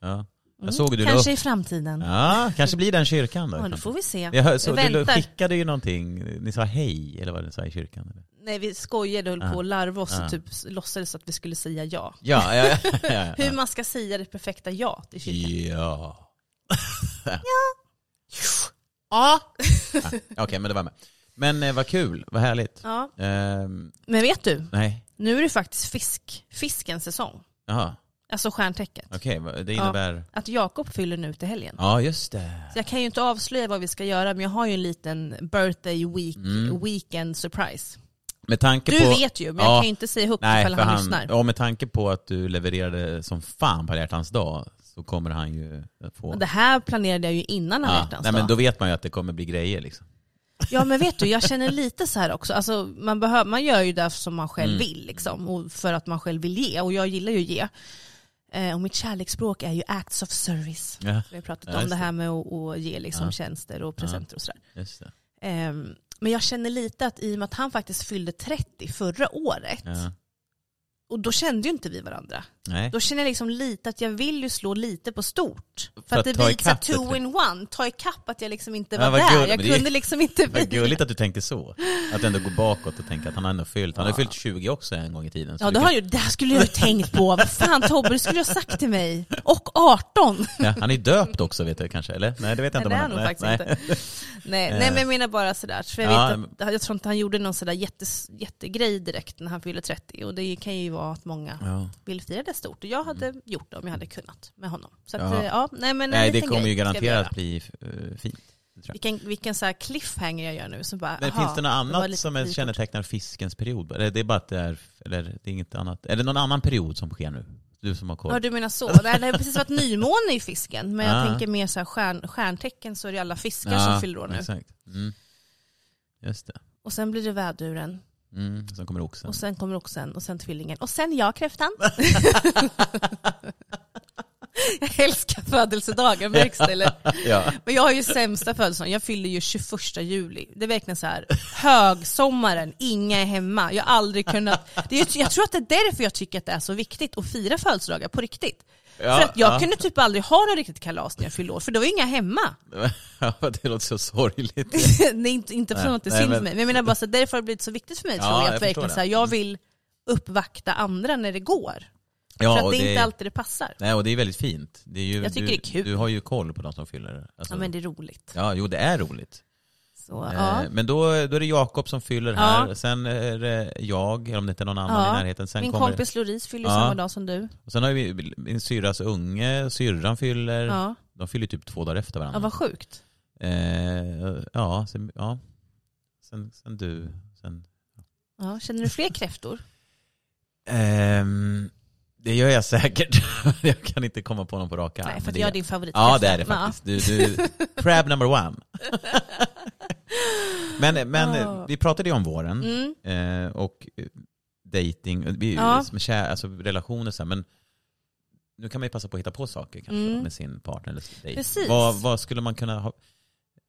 Speaker 3: Ja.
Speaker 2: Mm.
Speaker 3: Jag såg du la upp.
Speaker 2: Kanske i framtiden. Ja,
Speaker 3: Ja, kanske blir den kyrkan då.
Speaker 2: då får vi se.
Speaker 3: Jag hör, så,
Speaker 2: Jag
Speaker 3: du
Speaker 2: väntar.
Speaker 3: skickade ju någonting, ni sa hej eller vad ni sa i kyrkan? Eller?
Speaker 2: Nej, vi skojade och höll
Speaker 3: Ja.
Speaker 2: på och larvade oss
Speaker 3: Ja.
Speaker 2: och typ låtsades att vi skulle säga ja.
Speaker 3: Ja, ja, ja, ja,
Speaker 2: Hur man ska säga det perfekta ja till kyrkan.
Speaker 3: ja.
Speaker 2: Ja.
Speaker 3: Okej, men det var med. Men eh, vad kul, vad härligt.
Speaker 2: ja.
Speaker 3: Ehm,
Speaker 2: Men vet du,
Speaker 3: nej,
Speaker 2: nu är det faktiskt fisk, fiskens säsong.
Speaker 3: jaha,
Speaker 2: Alltså stjärntecket.
Speaker 3: okej, vad- det innebär... Ja.
Speaker 2: Att Jakob fyller nu till helgen.
Speaker 3: just det.
Speaker 2: Så jag kan ju inte avslöja vad vi ska göra men jag har ju en liten birthday week, weekend surprise.
Speaker 3: Med tanke
Speaker 2: Du
Speaker 3: Mm. på...
Speaker 2: vet ju men
Speaker 3: Ja.
Speaker 2: jag kan ju inte säga högt
Speaker 3: Nej,
Speaker 2: ifall
Speaker 3: för
Speaker 2: han,
Speaker 3: han,
Speaker 2: lyssnar.
Speaker 3: ja, med tanke på att du levererade som fan på Alla hjärtans dag så kommer han ju att få...
Speaker 2: Och det här planerade jag ju innan alla
Speaker 3: ja.
Speaker 2: hjärtans
Speaker 3: Nej, men
Speaker 2: dag.
Speaker 3: då vet man ju att det kommer bli grejer liksom.
Speaker 2: Ja men vet du, jag känner lite så här också. Alltså, man, behöver, man gör ju det som man
Speaker 3: Mm.
Speaker 2: själv vill liksom, och för att man själv vill ge och jag gillar ju att ge. Eh, och mitt kärleksspråk är ju acts of service.
Speaker 3: Ja,
Speaker 2: Vi har pratat
Speaker 3: Ja,
Speaker 2: om
Speaker 3: just
Speaker 2: det
Speaker 3: det.
Speaker 2: här med att, att ge liksom,
Speaker 3: Ja.
Speaker 2: tjänster och presenter och sådär.
Speaker 3: just det.
Speaker 2: Ehm, men jag känner lite att i och med att han faktiskt fyllde 30 förra året
Speaker 3: Ja.
Speaker 2: och då kände ju inte vi varandra.
Speaker 3: Nej.
Speaker 2: Då känner jag liksom lite att jag vill ju slå lite på stort. För,
Speaker 3: För
Speaker 2: att
Speaker 3: att
Speaker 2: det blir
Speaker 3: ta
Speaker 2: så här
Speaker 3: ikapp det,
Speaker 2: two
Speaker 3: typ.
Speaker 2: in one, ta ikapp att jag liksom inte
Speaker 3: Ja,
Speaker 2: var
Speaker 3: vad
Speaker 2: där.
Speaker 3: gulligt,
Speaker 2: jag
Speaker 3: men det är-
Speaker 2: kunde liksom inte
Speaker 3: Vad
Speaker 2: bli.
Speaker 3: gulligt att du tänker så. Att ändå gå bakåt och tänka att han har ändå fyllt, han har fyllt 20 också en gång i tiden. så
Speaker 2: Ja
Speaker 3: du
Speaker 2: det
Speaker 3: kan-
Speaker 2: har jag ju, det här skulle jag ju tänkt på. Vad fan Tobbe, det skulle du ha sagt till mig. Och 18.
Speaker 3: ja, han är döpt också vet jag kanske, eller? Nej det vet jag
Speaker 2: Nej,
Speaker 3: inte.
Speaker 2: det
Speaker 3: om
Speaker 2: är
Speaker 3: han
Speaker 2: han nog
Speaker 3: nej,
Speaker 2: faktiskt
Speaker 3: nej. Eh.
Speaker 2: inte. Nej, nej men jag menar bara sådär. För jag,
Speaker 3: Ja,
Speaker 2: vet att, jag tror inte han gjorde någon sådär jätte, jättegrej direkt när han fyllde 30. Och det kan ju vara att många
Speaker 3: Ja.
Speaker 2: vill fira det stort. Och jag hade gjort det om jag hade kunnat med honom. Så att,
Speaker 3: Ja.
Speaker 2: eh, ja, nej men en
Speaker 3: Nej det
Speaker 2: liten
Speaker 3: kommer ju
Speaker 2: grej ska vi
Speaker 3: garanterat
Speaker 2: göra.
Speaker 3: bli eh, fint. jag.
Speaker 2: Vilken, vilken så här cliffhanger jag gör nu. Som bara,
Speaker 3: Men
Speaker 2: aha,
Speaker 3: finns det något
Speaker 2: var
Speaker 3: annat
Speaker 2: lite
Speaker 3: som är
Speaker 2: frikort.
Speaker 3: kännetecknar fiskens period? Eller det är bara att det är, eller det är inget annat? Är det någon annan period som sker nu? Du som har koll.
Speaker 2: Ja du menar så. Nej, det har precis varit nymåne i fisken. Men
Speaker 3: Ah.
Speaker 2: jag tänker mer så här stjärn, stjärntecken så är det alla fiskar
Speaker 3: Ja,
Speaker 2: som fyller år nu.
Speaker 3: Exakt. Mm. Just det.
Speaker 2: Och sen blir det väduren.
Speaker 3: Mm. Sen kommer oxen.
Speaker 2: Och sen kommer oxen. Och sen tvillingen. Och sen jag kräftan. jag älskar födelsedagar, märks det eller?
Speaker 3: ja.
Speaker 2: Men jag har ju sämsta födelsedagen, jag fyller ju 21 juli. Det är verkligen så här högsommaren, inga är hemma. Jag har aldrig kunnat... Det är, ju- jag tror att det är därför jag tycker att det är så viktigt att fira födelsedagar på riktigt.
Speaker 3: Ja,
Speaker 2: för att jag
Speaker 3: ja.
Speaker 2: kunde typ aldrig ha något riktigt kalas när jag fyllde år, för då var inga hemma.
Speaker 3: ja, det låter så sorgligt.
Speaker 2: nej, inte, inte för
Speaker 3: Nej,
Speaker 2: att det är
Speaker 3: nej,
Speaker 2: synd
Speaker 3: men-
Speaker 2: för mig, men jag menar bara så att därför har det blivit så viktigt för mig
Speaker 3: Ja,
Speaker 2: tror jag. Att
Speaker 3: jag förstår
Speaker 2: verkligen
Speaker 3: det. Mm.
Speaker 2: så här, jag vill uppvakta andra när det går.
Speaker 3: Ja,
Speaker 2: för
Speaker 3: och
Speaker 2: att det är
Speaker 3: det-
Speaker 2: inte alltid det passar.
Speaker 3: Nej, och det är väldigt fint. Det är ju,
Speaker 2: Jag tycker
Speaker 3: du,
Speaker 2: det är kul.
Speaker 3: Du har ju koll på de som fyller. Alltså,
Speaker 2: Ja men det är roligt.
Speaker 3: ja, jo det är roligt.
Speaker 2: Så, ja.
Speaker 3: Eh, men då, då är det Jakob som fyller här,
Speaker 2: Ja.
Speaker 3: sen är det jag, eller om det inte är någon annan
Speaker 2: Ja.
Speaker 3: i närheten. Sen,
Speaker 2: Min
Speaker 3: kommer,
Speaker 2: kompis Loris fyller
Speaker 3: Ja.
Speaker 2: samma dag som du.
Speaker 3: och sen har vi min syrras unge, syrran fyller.
Speaker 2: Ja.
Speaker 3: De fyller typ två dagar
Speaker 2: Ja
Speaker 3: efter varandra.
Speaker 2: vad sjukt.
Speaker 3: eh, ja, sen, ja. Sen, sen du. Sen.
Speaker 2: Ja, känner du fler kräftor?
Speaker 3: Ehm, det gör jag säkert. jag kan inte komma på någon på rak arm.
Speaker 2: Nej, för
Speaker 3: men
Speaker 2: att jag
Speaker 3: det gör-
Speaker 2: är din favoritkräfta.
Speaker 3: Ja det är det faktiskt. Du, du, crab number one. men men
Speaker 2: Ja.
Speaker 3: vi pratade ju om våren
Speaker 2: Ja. Mm.
Speaker 3: eh, och eh, dating, eh, vi,
Speaker 2: Ja.
Speaker 3: som är kär, alltså relationer så här, men nu kan man ju passa på att hitta på saker kanske
Speaker 2: Mm.
Speaker 3: med sin partner eller sin dejt.
Speaker 2: Precis.
Speaker 3: Vad, vad skulle man kunna ha?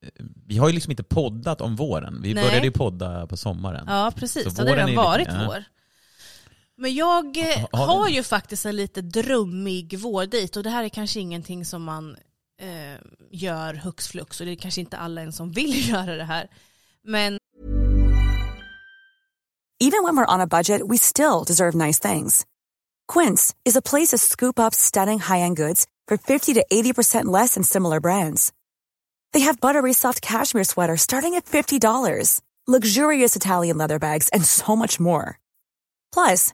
Speaker 3: eh, Vi har ju liksom inte poddat om våren. Vi
Speaker 2: Nej.
Speaker 3: började ju podda på sommaren.
Speaker 2: ja precis,
Speaker 3: Så
Speaker 2: det har
Speaker 3: våren är
Speaker 2: redan
Speaker 3: lite-
Speaker 2: varit
Speaker 3: ja.
Speaker 2: vår. Men jag eh,
Speaker 3: Ha- har
Speaker 2: har,
Speaker 3: vi-
Speaker 2: ju faktiskt en lite drömmig vårdejt och det här är kanske ingenting som man eh, gör hux flux och det är kanske inte alla ens som vill göra det här. Men
Speaker 4: Even when we're on a budget, we still deserve nice things. Quince is a place to scoop up stunning high-end goods for 50 to 80% less than similar brands. They have buttery soft cashmere sweaters starting at $50, luxurious Italian leather bags, and so much more. Plus,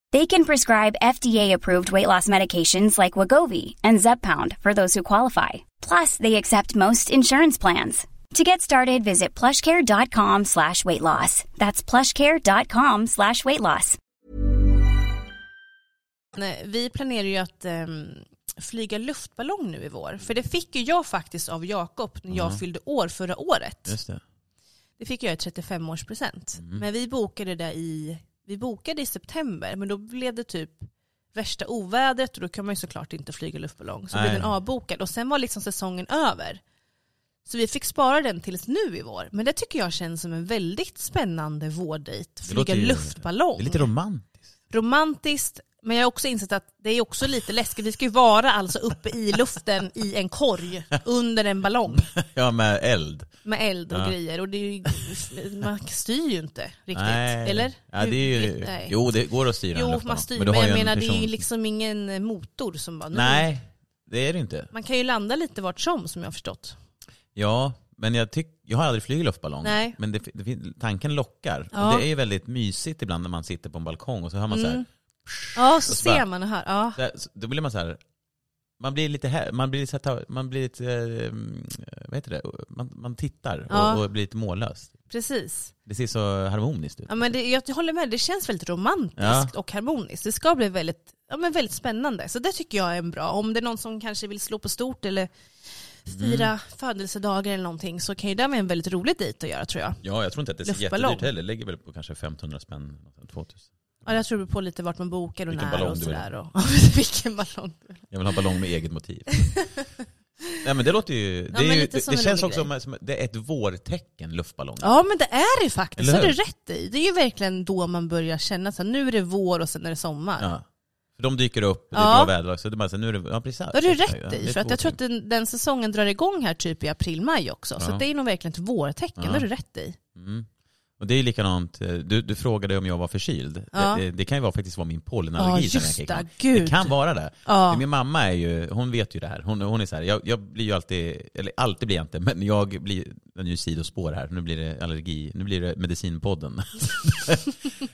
Speaker 5: They can prescribe FDA-approved weight loss medications like Wagovi and Zepbound for those who qualify. Plus, they accept most insurance plans. To get started, visit plushcare.com slash weight loss. That's plushcare.com slash weight loss.
Speaker 2: eh, vi planerar ju att eh, flyga luftballong nu i vår. För det fick ju jag faktiskt av Jakob när jag fyllde år förra året.
Speaker 3: Just det.
Speaker 2: Det fick jag i 35-årspresent.
Speaker 3: Mm.
Speaker 2: Men vi bokade det i, vi bokade i september, men då blev det typ värsta ovädret och då kan man ju såklart inte flyga luftballong. Så
Speaker 3: Nej.
Speaker 2: blev den avbokad och sen var liksom säsongen över. Så vi fick spara den tills nu i vår. Men det tycker jag känns som en väldigt spännande vårdejt. Flyga
Speaker 3: låter ju-
Speaker 2: luftballong.
Speaker 3: det är lite romantiskt.
Speaker 2: Romantiskt, men jag har också insett att det är också lite läskigt. Vi ska ju vara alltså uppe i luften i en korg under en ballong
Speaker 3: Ja med eld.
Speaker 2: med eld och
Speaker 3: Ja.
Speaker 2: grejer och det är ju, man styr ju inte riktigt, eller?
Speaker 3: Ja, det är ju,
Speaker 2: Nej. Jo,
Speaker 3: jo det går att styra en luftballong,
Speaker 2: man styr,
Speaker 3: du
Speaker 2: men,
Speaker 3: har
Speaker 2: jag
Speaker 3: ju en
Speaker 2: menar det är ju
Speaker 3: person-
Speaker 2: liksom ingen motor som bara, nu-
Speaker 3: Nej, det är det inte.
Speaker 2: man kan ju landa lite vart som som jag har förstått.
Speaker 3: Ja, men jag, tyck, jag har aldrig flugit luftballong.
Speaker 2: Nej.
Speaker 3: Men det, fi- det, fin- tanken lockar.
Speaker 2: Ja. Mm.
Speaker 3: Och det är ju väldigt mysigt ibland när man sitter på en balkong och så hör man så här.
Speaker 2: Ja, så
Speaker 3: Och så bara-
Speaker 2: ser man det här. Ja.
Speaker 3: så här så- då blir man så här. Man blir lite här, man blir lite, så här- man blir lite eh, vad heter det, man, man tittar
Speaker 2: Ja.
Speaker 3: och, och blir lite mållös.
Speaker 2: Precis.
Speaker 3: Det ser så harmoniskt ut.
Speaker 2: Ja, men det, jag håller med, det känns väldigt romantiskt
Speaker 3: Ja.
Speaker 2: och harmoniskt. Det ska bli väldigt, ja, men väldigt spännande. Så det tycker jag är en bra, om det är någon som kanske vill slå på stort eller
Speaker 3: Mm.
Speaker 2: fira födelsedagar eller någonting så kan ju det vara en väldigt rolig dejt att göra tror jag.
Speaker 3: Ja, jag tror inte att det är så
Speaker 2: Luftballong.
Speaker 3: jättedyrt heller. Det ligger väl på kanske 1500 spänn, 2000.
Speaker 2: Ja, jag tror det beror på lite vart man bokar och
Speaker 3: Vilken
Speaker 2: när
Speaker 3: ballong
Speaker 2: och
Speaker 3: du vill
Speaker 2: sådär. Och, vilken ballong du vill.
Speaker 3: Jag vill ha ballong med eget motiv. Nej men det låter ju, det,
Speaker 2: men
Speaker 3: är ju,
Speaker 2: lite
Speaker 3: det,
Speaker 2: som
Speaker 3: det
Speaker 2: en
Speaker 3: känns
Speaker 2: rolig
Speaker 3: också som, som det är ett vårtecken, luftballong.
Speaker 2: Ja men det är det faktiskt,
Speaker 3: Eller
Speaker 2: så är du
Speaker 3: hur?
Speaker 2: rätt i. Det är ju verkligen då man börjar känna att nu är det vår och sen är det sommar.
Speaker 3: Ja. För de dyker upp, det är
Speaker 2: Ja.
Speaker 3: bra väderlag, så det är bara så här, nu är det, ja precis.
Speaker 2: Det har du
Speaker 3: Exakt, ja.
Speaker 2: rätt
Speaker 3: Det
Speaker 2: i,
Speaker 3: är
Speaker 2: för att
Speaker 3: två
Speaker 2: jag tror
Speaker 3: ting.
Speaker 2: att den, den säsongen drar igång här typ i april-maj också. Så
Speaker 3: Ja.
Speaker 2: det är nog verkligen ett vårtecken,
Speaker 3: Ja.
Speaker 2: det har du rätt i.
Speaker 3: Mm. Och det är ju likadant, eh, du, du frågade om jag var förkyld.
Speaker 2: Ja.
Speaker 3: Det, det kan ju vara, faktiskt vara min
Speaker 2: Ja,
Speaker 3: pollenallergi som jag
Speaker 2: just
Speaker 3: kan-
Speaker 2: det.
Speaker 3: Det
Speaker 2: Gud.
Speaker 3: kan vara det.
Speaker 2: Ja.
Speaker 3: Men Min mamma är ju, hon vet ju det här. Hon, hon är så här, jag, jag blir ju alltid, eller alltid blir jag inte, men jag blir, nu är det sidospår här, nu blir det allergi, nu blir det medicinpodden.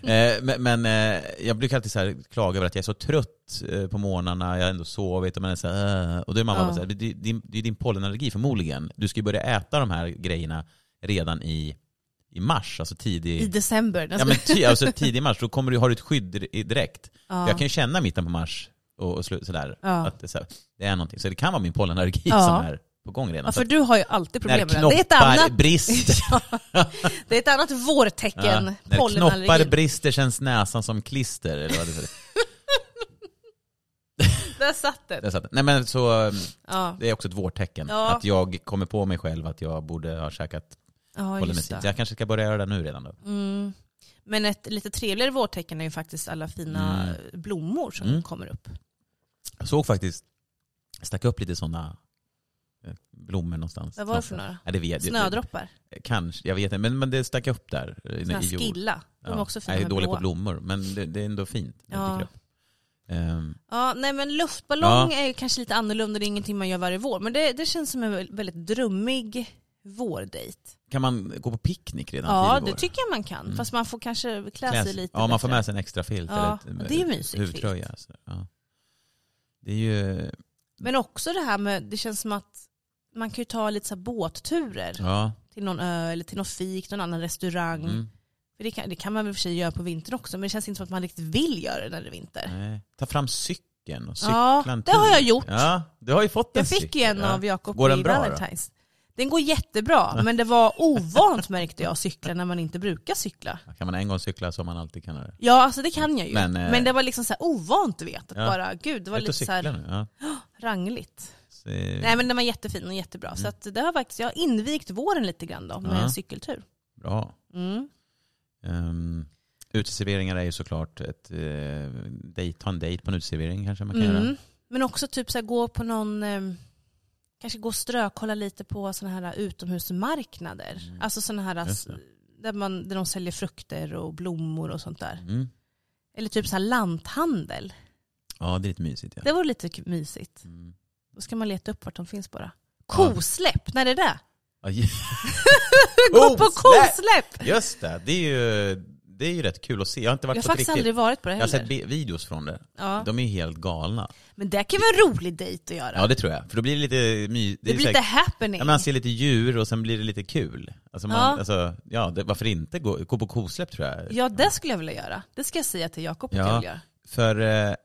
Speaker 3: Eh, men men eh, jag brukar alltid så här klaga över att jag är så trött eh, på morgnarna, jag har ändå sovit och man är så här, "Åh." och då är mamma
Speaker 2: Ja.
Speaker 3: bara så här, det, det, det är ju din pollenallergi förmodligen. Du ska ju börja äta de här grejerna redan i, i mars, alltså tidig...
Speaker 2: I december.
Speaker 3: Ja men ty, alltså tidig mars, då kommer du ha ett skydd i- direkt.
Speaker 2: Ja.
Speaker 3: Jag kan ju känna mitten på mars och, och slu- sådär,
Speaker 2: Ja.
Speaker 3: att det, så här, det är någonting. Så det kan vara min pollenallergi
Speaker 2: Ja.
Speaker 3: som är på gång redan.
Speaker 2: ja,
Speaker 3: Så
Speaker 2: för
Speaker 3: att
Speaker 2: du har ju alltid problem
Speaker 3: när
Speaker 2: med det. Det är ett
Speaker 3: knoppar
Speaker 2: annat,
Speaker 3: brister,
Speaker 2: det är ett annat
Speaker 3: Ja,
Speaker 2: vårtecken,
Speaker 3: när knoppar
Speaker 2: pollenallergi.
Speaker 3: brister känns näsan som klister. Eller vad det är.
Speaker 2: Där satt det.
Speaker 3: Där satt den. Nej men så, um,
Speaker 2: Ja,
Speaker 3: det är också ett vårtecken.
Speaker 2: Ja.
Speaker 3: Att jag kommer på mig själv att jag borde ha käkat
Speaker 2: ja just
Speaker 3: pollenmedicin. Så
Speaker 2: det.
Speaker 3: jag kanske ska börja göra det nu redan då.
Speaker 2: Mm. Men ett lite trevligare vårtecken är ju faktiskt alla fina blommor som
Speaker 3: Mm.
Speaker 2: kommer upp.
Speaker 3: Jag såg faktiskt, jag stack upp lite sådana blommor någonstans.
Speaker 2: Vad var det för några?
Speaker 3: Ja, det vet, det-
Speaker 2: Snödroppar,
Speaker 3: Kanske, jag vet inte. Men, men det stack upp där. eh,
Speaker 2: såna här
Speaker 3: i jord.
Speaker 2: skilla. De är också fina
Speaker 3: Jag är
Speaker 2: med
Speaker 3: dålig
Speaker 2: blåa.
Speaker 3: på blommor, men det, det är ändå fint. när det
Speaker 2: Ja.
Speaker 3: dyker upp. Ehm,
Speaker 2: Ja, nej men luftballong
Speaker 3: Ja.
Speaker 2: är ju kanske lite annorlunda, det är ingenting man gör varje vår. Men det, det känns som en vä- väldigt drummig vårdejt.
Speaker 3: kan man gå på picknick redan
Speaker 2: Ja,
Speaker 3: tidig
Speaker 2: det
Speaker 3: vår?
Speaker 2: tycker jag man kan.
Speaker 3: Mm.
Speaker 2: Fast man får kanske klä
Speaker 3: Kläs-
Speaker 2: sig lite
Speaker 3: Ja, man får
Speaker 2: bättre.
Speaker 3: med sig en extra filt
Speaker 2: Ja,
Speaker 3: eller ett,
Speaker 2: det är ju mysig
Speaker 3: huvtröja. Så, ja. Det är ju,
Speaker 2: Men också det här med, det känns som att man kan ju ta lite så här båtturer
Speaker 3: ja.
Speaker 2: till någon ö eller till någon fik, någon annan restaurang.
Speaker 3: Mm,
Speaker 2: För Det, kan, det kan man väl i och för sig göra på vintern också, men det känns inte som att man riktigt vill göra det när det är vinter.
Speaker 3: nej. Ta fram cykeln och
Speaker 2: Ja,
Speaker 3: cykla en
Speaker 2: det har jag
Speaker 3: tur.
Speaker 2: gjort.
Speaker 3: Ja, du har ju fått en
Speaker 2: Jag fick
Speaker 3: cykel.
Speaker 2: ju en
Speaker 3: ja.
Speaker 2: av Jakob
Speaker 3: Går den
Speaker 2: i
Speaker 3: bra då? Mm.
Speaker 2: Valentine's. Den går jättebra, men det var ovant märkte jag att cykla när man inte brukar cykla.
Speaker 3: Kan man en gång cykla så har man alltid kan göra det.
Speaker 2: Ja, alltså det kan jag ju.
Speaker 3: Men,
Speaker 2: Men,
Speaker 3: eh,
Speaker 2: det var liksom så här ovant du vet. Att
Speaker 3: ja.
Speaker 2: bara, gud, det var
Speaker 3: Ut och
Speaker 2: lite så
Speaker 3: cykla
Speaker 2: här
Speaker 3: nu. Ja.
Speaker 2: rangligt.
Speaker 3: Så, eh,
Speaker 2: Nej men den var jättefin och jättebra. Så att det har faktiskt, jag har invigt våren lite grann då med
Speaker 3: Mm. Ja.
Speaker 2: en cykeltur.
Speaker 3: Bra.
Speaker 2: Mm.
Speaker 3: Um, uteserveringar är ju såklart ett... eh, dejt, ta en dejt på en uteservering kanske man kan göra.
Speaker 2: Mm. Men också typ så här, gå på någon, eh, kanske gå och strökolla lite på sådana här utomhusmarknader. Alltså sådana här
Speaker 3: Mm. Just
Speaker 2: s- där, man, där de säljer frukter och blommor och sånt där.
Speaker 3: Mm.
Speaker 2: Eller typ så här lanthandel.
Speaker 3: Ja, det är lite mysigt. Ja.
Speaker 2: Det vore lite k- mysigt.
Speaker 3: Mm.
Speaker 2: Då ska man leta upp vart de finns bara. Kosläpp, när är det?
Speaker 3: Ja, ju-
Speaker 2: Gå på
Speaker 3: Kosläpp!
Speaker 2: kosläpp!
Speaker 3: Just det, det är, ju, det är ju rätt kul att se. Jag har inte
Speaker 2: Jag
Speaker 3: varit
Speaker 2: har
Speaker 3: på det
Speaker 2: faktiskt
Speaker 3: riktigt.
Speaker 2: aldrig varit på det
Speaker 3: jag har
Speaker 2: heller.
Speaker 3: sett bi- videos från det.
Speaker 2: Ja.
Speaker 3: De är ju helt galna.
Speaker 2: Men det kan vara en rolig dejt att göra.
Speaker 3: Ja,
Speaker 2: det,
Speaker 3: det tror jag. För då blir det lite my... är
Speaker 2: blir
Speaker 3: så här-
Speaker 2: lite happening.
Speaker 3: Ja, man ser lite djur och sen blir det lite kul. Alltså man, ja.
Speaker 2: Ja.
Speaker 3: Alltså, ja, det, varför inte gå, gå på kosläpp tror jag.
Speaker 2: Ja, det skulle jag vilja göra. Det ska jag säga till Jakob att
Speaker 3: Ja.
Speaker 2: jag vill göra.
Speaker 3: För eh,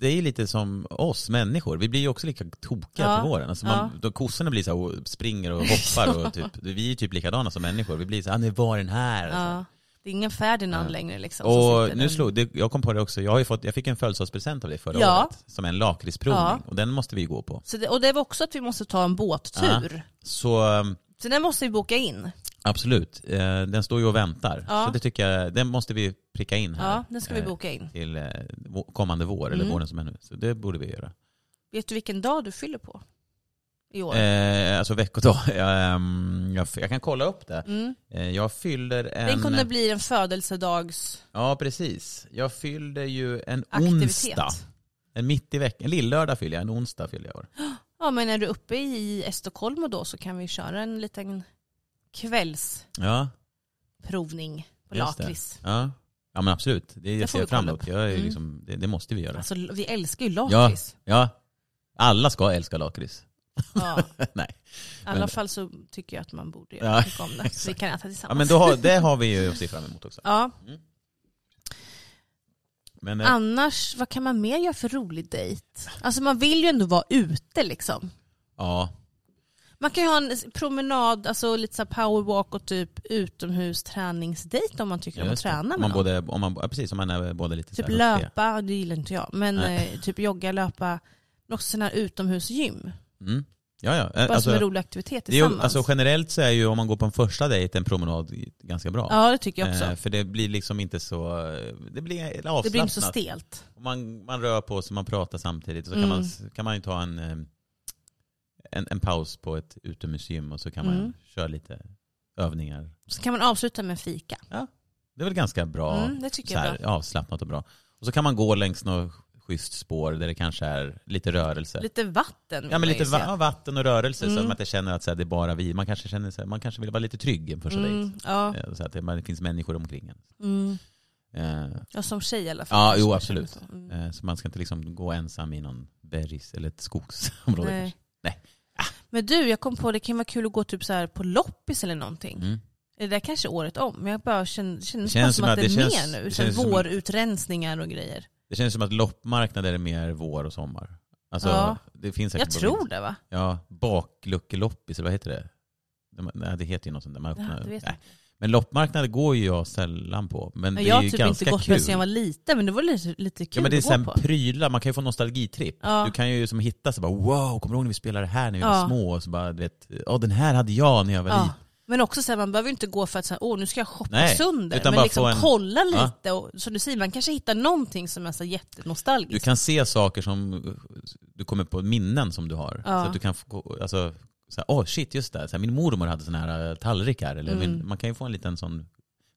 Speaker 3: det är ju lite som oss människor, vi blir ju också lika tokiga
Speaker 2: Ja,
Speaker 3: på våren. Alltså man, då Kossorna blir så här, och springer och hoppar och typ, vi är ju typ likadana som människor. Vi blir så här, "Ah, nu var den här.
Speaker 2: Ja. Det är ingen Ferdinand längre liksom. som
Speaker 3: Och
Speaker 2: sitter
Speaker 3: nu
Speaker 2: där.
Speaker 3: slog, det, jag kom på det också, jag, har ju fått, jag fick en födelsedagspresent av dig förra
Speaker 2: Ja.
Speaker 3: året som är en lakritsprovning
Speaker 2: Ja.
Speaker 3: och den måste vi ju gå på.
Speaker 2: Så det, och det var också att vi måste ta en båttur.
Speaker 3: Så um,
Speaker 2: Så den måste vi boka in.
Speaker 3: absolut, eh, den står ju och väntar.
Speaker 2: Ja.
Speaker 3: Så det tycker jag, den måste vi pricka in här.
Speaker 2: Ja, den ska vi
Speaker 3: eh,
Speaker 2: boka in.
Speaker 3: Till eh, vå- kommande vår, eller
Speaker 2: Mm.
Speaker 3: våren som är nu. Så det borde vi göra.
Speaker 2: Vet du vilken dag du fyller på? I år?
Speaker 3: Eh, alltså veckodag. Jag, ehm, jag, jag kan kolla upp det.
Speaker 2: Mm.
Speaker 3: Eh, jag fyller en... eh,
Speaker 2: Tänk om det blir en födelsedags...
Speaker 3: Ja, precis. Jag fyllde ju en
Speaker 2: Aktivitet.
Speaker 3: onsdag. En mitt i veckan. En lillördag fyller jag, en onsdag fyller jag i år.
Speaker 2: Ja men är du uppe i Stockholm och då så kan vi köra en liten kvällsprovning
Speaker 3: Ja,
Speaker 2: på
Speaker 3: just det.
Speaker 2: lakrits.
Speaker 3: Ja. ja, men absolut. Det,
Speaker 2: Det
Speaker 3: jag
Speaker 2: får
Speaker 3: ser jag
Speaker 2: vi kolla
Speaker 3: fram emot.
Speaker 2: upp.
Speaker 3: Jag är ju
Speaker 2: Mm.
Speaker 3: liksom, det, det måste vi göra.
Speaker 2: Alltså vi älskar ju
Speaker 3: ja,
Speaker 2: lakrits.
Speaker 3: ja. Alla ska älska lakrits.
Speaker 2: Ja.
Speaker 3: Nej.
Speaker 2: I alla
Speaker 3: Men-
Speaker 2: fall så tycker jag att man borde
Speaker 3: Ja,
Speaker 2: göra mycket om det. Så vi kan äta
Speaker 3: Ja,
Speaker 2: tillsammans.
Speaker 3: men då har, det har vi ju att se fram emot också.
Speaker 2: Ja,
Speaker 3: Men, eh,
Speaker 2: annars, vad kan man mer göra för rolig dejt? Alltså man vill ju ändå vara ute liksom.
Speaker 3: ja.
Speaker 2: Man kan ju ha en promenad, alltså lite så här powerwalk och typ utomhus träningsdejt om man tycker om att
Speaker 3: just det.
Speaker 2: träna med
Speaker 3: om man
Speaker 2: någon.
Speaker 3: både, om man, ja, Precis, om man är både lite
Speaker 2: Typ
Speaker 3: så här hurtiga.
Speaker 2: löpa, det gillar inte jag, men eh, typ jogga, löpa, men också sådana här utomhusgym.
Speaker 3: Mm. Ja, ja.
Speaker 2: Bara
Speaker 3: Alltså,
Speaker 2: som en rolig aktivitet
Speaker 3: det är ju,
Speaker 2: tillsammans.
Speaker 3: alltså generellt så är ju om man går på en första dejt en promenad ganska bra.
Speaker 2: ja det tycker jag också.
Speaker 3: Eh, För det blir liksom inte så, eh, det blir avslappnat.
Speaker 2: det blir inte så stelt.
Speaker 3: Och Man, man rör på sig, man pratar samtidigt. Så kan,
Speaker 2: Mm.
Speaker 3: man, kan man ju ta en, eh, en, en paus på ett utemuseum och så kan man
Speaker 2: Mm.
Speaker 3: köra lite övningar.
Speaker 2: Så kan man avsluta med en fika.
Speaker 3: Det är väl ganska bra,
Speaker 2: Mm, det tycker
Speaker 3: så
Speaker 2: jag är
Speaker 3: här, avslappnat och bra. Och så kan man gå längs något schysst spår där det kanske är lite rörelse.
Speaker 2: Lite vatten vill
Speaker 3: ja, men
Speaker 2: man ju
Speaker 3: lite va-
Speaker 2: se.
Speaker 3: ja, vatten och rörelse så
Speaker 2: Mm.
Speaker 3: att man inte känner att så här, det är bara vi. Man kanske, känner, så här, man kanske vill vara lite trygg en första
Speaker 2: Mm,
Speaker 3: dejt.
Speaker 2: ja.
Speaker 3: Eh, Så att det, man, det finns människor omkring en.
Speaker 2: Mm.
Speaker 3: Eh,
Speaker 2: ja, som tjej i alla fall.
Speaker 3: Ja,
Speaker 2: kanske
Speaker 3: jo,
Speaker 2: man
Speaker 3: absolut.
Speaker 2: känner så. Mm.
Speaker 3: eh, så man ska inte liksom gå ensam i någon bergis eller ett skogsområde.
Speaker 2: Nej.
Speaker 3: Nej. Ah.
Speaker 2: Men du, jag kom på det kan vara kul att gå typ så här på loppis eller någonting.
Speaker 3: kanske. Mm.
Speaker 2: Det där kanske är året om, men jag bara känner, känner
Speaker 3: Det
Speaker 2: det
Speaker 3: känns
Speaker 2: känns som att det är
Speaker 3: känns-
Speaker 2: mer nu.
Speaker 3: det
Speaker 2: Sen
Speaker 3: känns som-
Speaker 2: vårutrensningar och grejer.
Speaker 3: Det känns som att loppmarknader är mer vår och sommar. Alltså,
Speaker 2: Ja.
Speaker 3: det finns säkert
Speaker 2: Jag
Speaker 3: på
Speaker 2: tror
Speaker 3: vinst-
Speaker 2: det va?
Speaker 3: Ja, bakluckeloppis, eller vad heter det? När man- Nej, det heter ju något sånt där. Man
Speaker 2: Ja,
Speaker 3: öppnar,
Speaker 2: det vet jag
Speaker 3: nej.
Speaker 2: inte.
Speaker 3: Men loppmarknader går ju jag sällan på. Men det
Speaker 2: jag
Speaker 3: är
Speaker 2: har
Speaker 3: ju
Speaker 2: typ
Speaker 3: ganska
Speaker 2: inte gått
Speaker 3: kul.
Speaker 2: med sen jag var liten, men det var lite, lite kul
Speaker 3: ja, men det är
Speaker 2: att gå
Speaker 3: sen
Speaker 2: på.
Speaker 3: prylar, man kan ju få nostalgitripp.
Speaker 2: Ja.
Speaker 3: Du kan ju som hitta så bara wow, kommer du ihåg när vi spelade det här när vi var
Speaker 2: Ja.
Speaker 3: små? Och så bara, du vet, ja den här hade jag när jag var
Speaker 2: Ja.
Speaker 3: liten.
Speaker 2: Men också så här, man behöver ju inte gå för att så här, åh nu ska jag shoppa
Speaker 3: Nej,
Speaker 2: sönder.
Speaker 3: utan
Speaker 2: men
Speaker 3: bara
Speaker 2: liksom
Speaker 3: få en-
Speaker 2: kolla
Speaker 3: Ja.
Speaker 2: lite och som du säger, man kanske hittar någonting som är så här
Speaker 3: Du
Speaker 2: jättenostalgiskt.
Speaker 3: kan se saker som du kommer på, minnen som du har.
Speaker 2: Ja.
Speaker 3: Så att du kan få, alltså, så här, oh shit just det, så här, min mormor hade sådana här eh, tallrikar. Eller
Speaker 2: Mm.
Speaker 3: min, man kan ju få en liten sån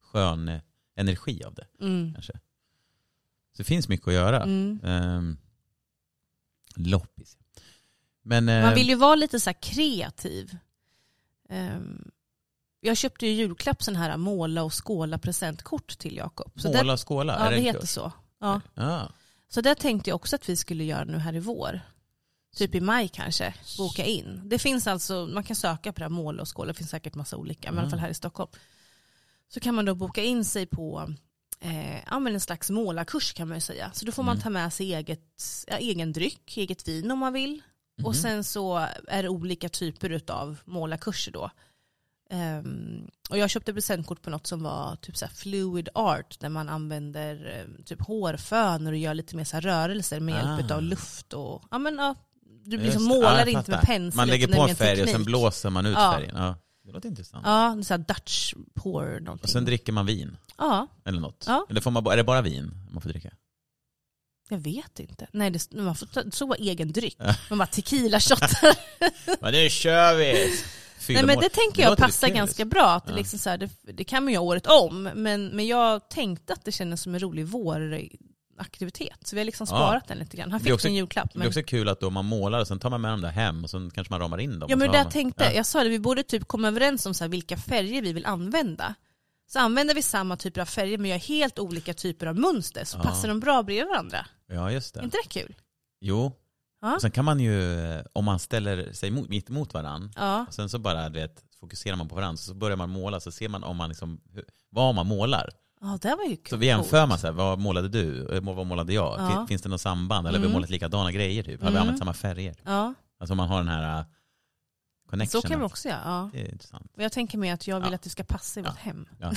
Speaker 3: skön eh, energi av det.
Speaker 2: Mm.
Speaker 3: kanske. Så det finns mycket att göra.
Speaker 2: Mm.
Speaker 3: Ehm, loppis. Men, eh,
Speaker 2: Man vill ju vara lite så här kreativ. Ehm, jag köpte ju julklapp sån här måla och skåla presentkort till Jakob. Så
Speaker 3: måla
Speaker 2: där-
Speaker 3: och skåla.
Speaker 2: ja,
Speaker 3: är
Speaker 2: det
Speaker 3: en
Speaker 2: heter
Speaker 3: kurs?
Speaker 2: så. Ja.
Speaker 3: Ja.
Speaker 2: Så det tänkte jag också att vi skulle göra nu här i vår. Typ i maj kanske, boka in. Det finns alltså, man kan söka på det här mål och skål, det finns säkert massa olika, men i alla fall här i Stockholm. Så kan man då boka in sig på eh, ja, men en slags målarkurs kan man ju säga. Så då får man ta med sig eget, ja, egen dryck, eget vin om man vill. Och sen så är det olika typer utav målarkurser då. Ehm, och jag köpte presentkort på något som var typ så här fluid art där man använder eh, typ hårfönor och gör lite mer så här rörelser med hjälp
Speaker 3: Ah.
Speaker 2: av luft och ja men ja, du
Speaker 3: Just
Speaker 2: liksom
Speaker 3: det.
Speaker 2: målar
Speaker 3: Ja, jag
Speaker 2: inte med
Speaker 3: fattar.
Speaker 2: pensel.
Speaker 3: Man lägger
Speaker 2: utan det är
Speaker 3: på
Speaker 2: mer
Speaker 3: en färg och sen
Speaker 2: teknik.
Speaker 3: blåser man ut
Speaker 2: Ja.
Speaker 3: färgen. Ja. Det låter intressant.
Speaker 2: Ja, det är så här Dutch pour någonting.
Speaker 3: Och sen dricker man vin
Speaker 2: ja,
Speaker 3: eller något.
Speaker 2: Ja.
Speaker 3: Eller får man, bara- är det bara vin man får dricka?
Speaker 2: jag vet inte. Nej, det, man får ta, så var egen dryck.
Speaker 3: Ja.
Speaker 2: Man bara tequila shotar.
Speaker 3: Men nu kör vi!
Speaker 2: Nej men det tänker jag passar ganska bra. Att det,
Speaker 3: Ja.
Speaker 2: liksom så här, det, det kan man göra året om, men, men jag tänkte att det kändes som en rolig våraktivitet. Så vi har liksom
Speaker 3: Ja.
Speaker 2: sparat den lite grann. Han
Speaker 3: Det
Speaker 2: fick
Speaker 3: blir också-
Speaker 2: en julklapp.
Speaker 3: Det är
Speaker 2: Men,
Speaker 3: också kul att då man målar och sen tar man med dem där hem och sen kanske man ramar in dem.
Speaker 2: ja men
Speaker 3: och så
Speaker 2: det
Speaker 3: har
Speaker 2: där
Speaker 3: man-
Speaker 2: tänkte
Speaker 3: Ja.
Speaker 2: jag. sa det, vi borde typ komma överens om så här, vilka färger vi vill använda. Så använder vi samma typer av färger men gör helt olika typer av mönster så
Speaker 3: Ja.
Speaker 2: passar de bra bredvid varandra.
Speaker 3: Ja just
Speaker 2: Är
Speaker 3: det.
Speaker 2: inte det kul?
Speaker 3: Jo.
Speaker 2: Ja.
Speaker 3: Och sen kan man ju, eh, om man ställer sig mot, mitt mot varann,
Speaker 2: Ja.
Speaker 3: och sen så bara du vet, fokuserar man på varandra, så börjar man måla, så ser man om man liksom, hur- vad man målar.
Speaker 2: Ja det var ju kul.
Speaker 3: Så vi jämför man så här, vad målade du, Eh, vad målade jag?
Speaker 2: Ja.
Speaker 3: Fin- Finns det något samband? Eller har vi
Speaker 2: Mm.
Speaker 3: målat likadana grejer typ? Har vi
Speaker 2: Mm.
Speaker 3: använt samma färger?
Speaker 2: Ja,
Speaker 3: Alltså man har den här eh,
Speaker 2: så
Speaker 3: connection.
Speaker 2: kan vi också göra. Ja.
Speaker 3: Det är intressant.
Speaker 2: Och Jag tänker mig att jag vill
Speaker 3: Ja.
Speaker 2: att det ska passa i vårt hem.
Speaker 3: Ja.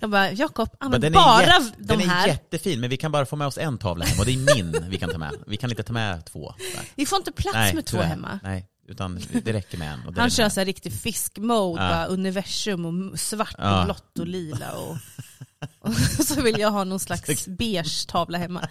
Speaker 2: Jag bara, Jakob,
Speaker 3: Men
Speaker 2: använd
Speaker 3: den
Speaker 2: bara
Speaker 3: är jätte,
Speaker 2: de
Speaker 3: den är
Speaker 2: här.
Speaker 3: jättefin, men vi kan bara få med oss en tavla hem och det är min vi kan ta med. Vi kan inte ta med två. Nej,
Speaker 2: Vi får inte plats med två
Speaker 3: tyvärr.
Speaker 2: hemma.
Speaker 3: Nej, utan det räcker med en. Och den är
Speaker 2: Han kör
Speaker 3: med.
Speaker 2: så här riktig fiskmode,
Speaker 3: Ja.
Speaker 2: bara universum och m- svart
Speaker 3: Ja.
Speaker 2: och blått och lila och, och så vill jag ha någon slags beige tavla hemma.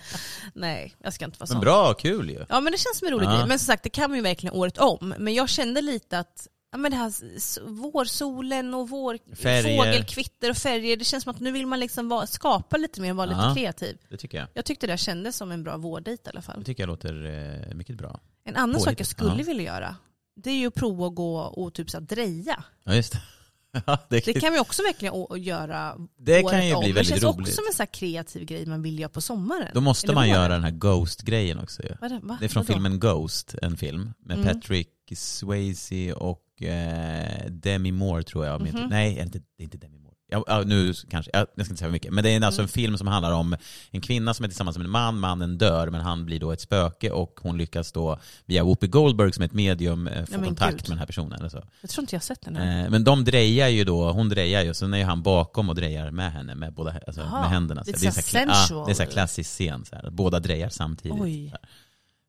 Speaker 2: Nej, jag ska inte vara
Speaker 3: Men
Speaker 2: sån.
Speaker 3: bra, kul ju.
Speaker 2: Ja men det känns som en rolig
Speaker 3: Ja.
Speaker 2: grej. Men som sagt, det kan man ju verkligen året om. Men jag kände lite att ja, men det här s- vårsolen och vår,
Speaker 3: Färger.
Speaker 2: fågelkvitter och färger, det känns som att nu vill man liksom vara, skapa lite mer och vara
Speaker 3: Ja.
Speaker 2: lite kreativ.
Speaker 3: Det tycker jag.
Speaker 2: Jag tyckte det kändes som en bra vårdejt i alla fall.
Speaker 3: Det tycker jag låter eh, mycket bra.
Speaker 2: En annan sak jag
Speaker 3: Påhittigt,
Speaker 2: skulle
Speaker 3: ja.
Speaker 2: vilja göra, det är ju att prova att gå och typ så här dreja.
Speaker 3: Ja, just det. Ja, det,
Speaker 2: Det kan vi också verkligen å- göra
Speaker 3: Det
Speaker 2: året
Speaker 3: kan ju
Speaker 2: om.
Speaker 3: bli
Speaker 2: Det
Speaker 3: väldigt
Speaker 2: känns
Speaker 3: roligt.
Speaker 2: också som en så här kreativ grej man vill göra på sommaren.
Speaker 3: Då måste
Speaker 2: Eller
Speaker 3: man
Speaker 2: våren.
Speaker 3: göra den här Ghost-grejen också ju.
Speaker 2: Vad är det, va?
Speaker 3: Det är från
Speaker 2: Vadå?
Speaker 3: filmen Ghost, en film med
Speaker 2: Mm.
Speaker 3: Patrick Swayze och eh, Demi Moore tror jag. om
Speaker 2: Mhm.
Speaker 3: jag inte- Nej, är det inte, det är inte Demi Moore. Ja, ja, nu kanske, ja, jag ska inte säga för mycket. Men det är alltså en
Speaker 2: Mm.
Speaker 3: film som handlar om en kvinna som är tillsammans med en man, mannen dör men han blir då ett spöke och hon lyckas då via Whoopi Goldberg som är ett medium eh, få
Speaker 2: men
Speaker 3: kontakt
Speaker 2: gud.
Speaker 3: med den här personen. Eller så.
Speaker 2: Jag tror inte jag har sett den här.
Speaker 3: Eh, Men de drejar ju då, hon drejar ju, sen är ju han bakom och drejar med henne med, båda, alltså,
Speaker 2: Jaha,
Speaker 3: med händerna. Så
Speaker 2: lite
Speaker 3: det är
Speaker 2: så
Speaker 3: så här, kla-
Speaker 2: sensual.
Speaker 3: ja, det är så här klassisk scen, så här. båda drejar samtidigt.
Speaker 2: Oj.
Speaker 3: Så här.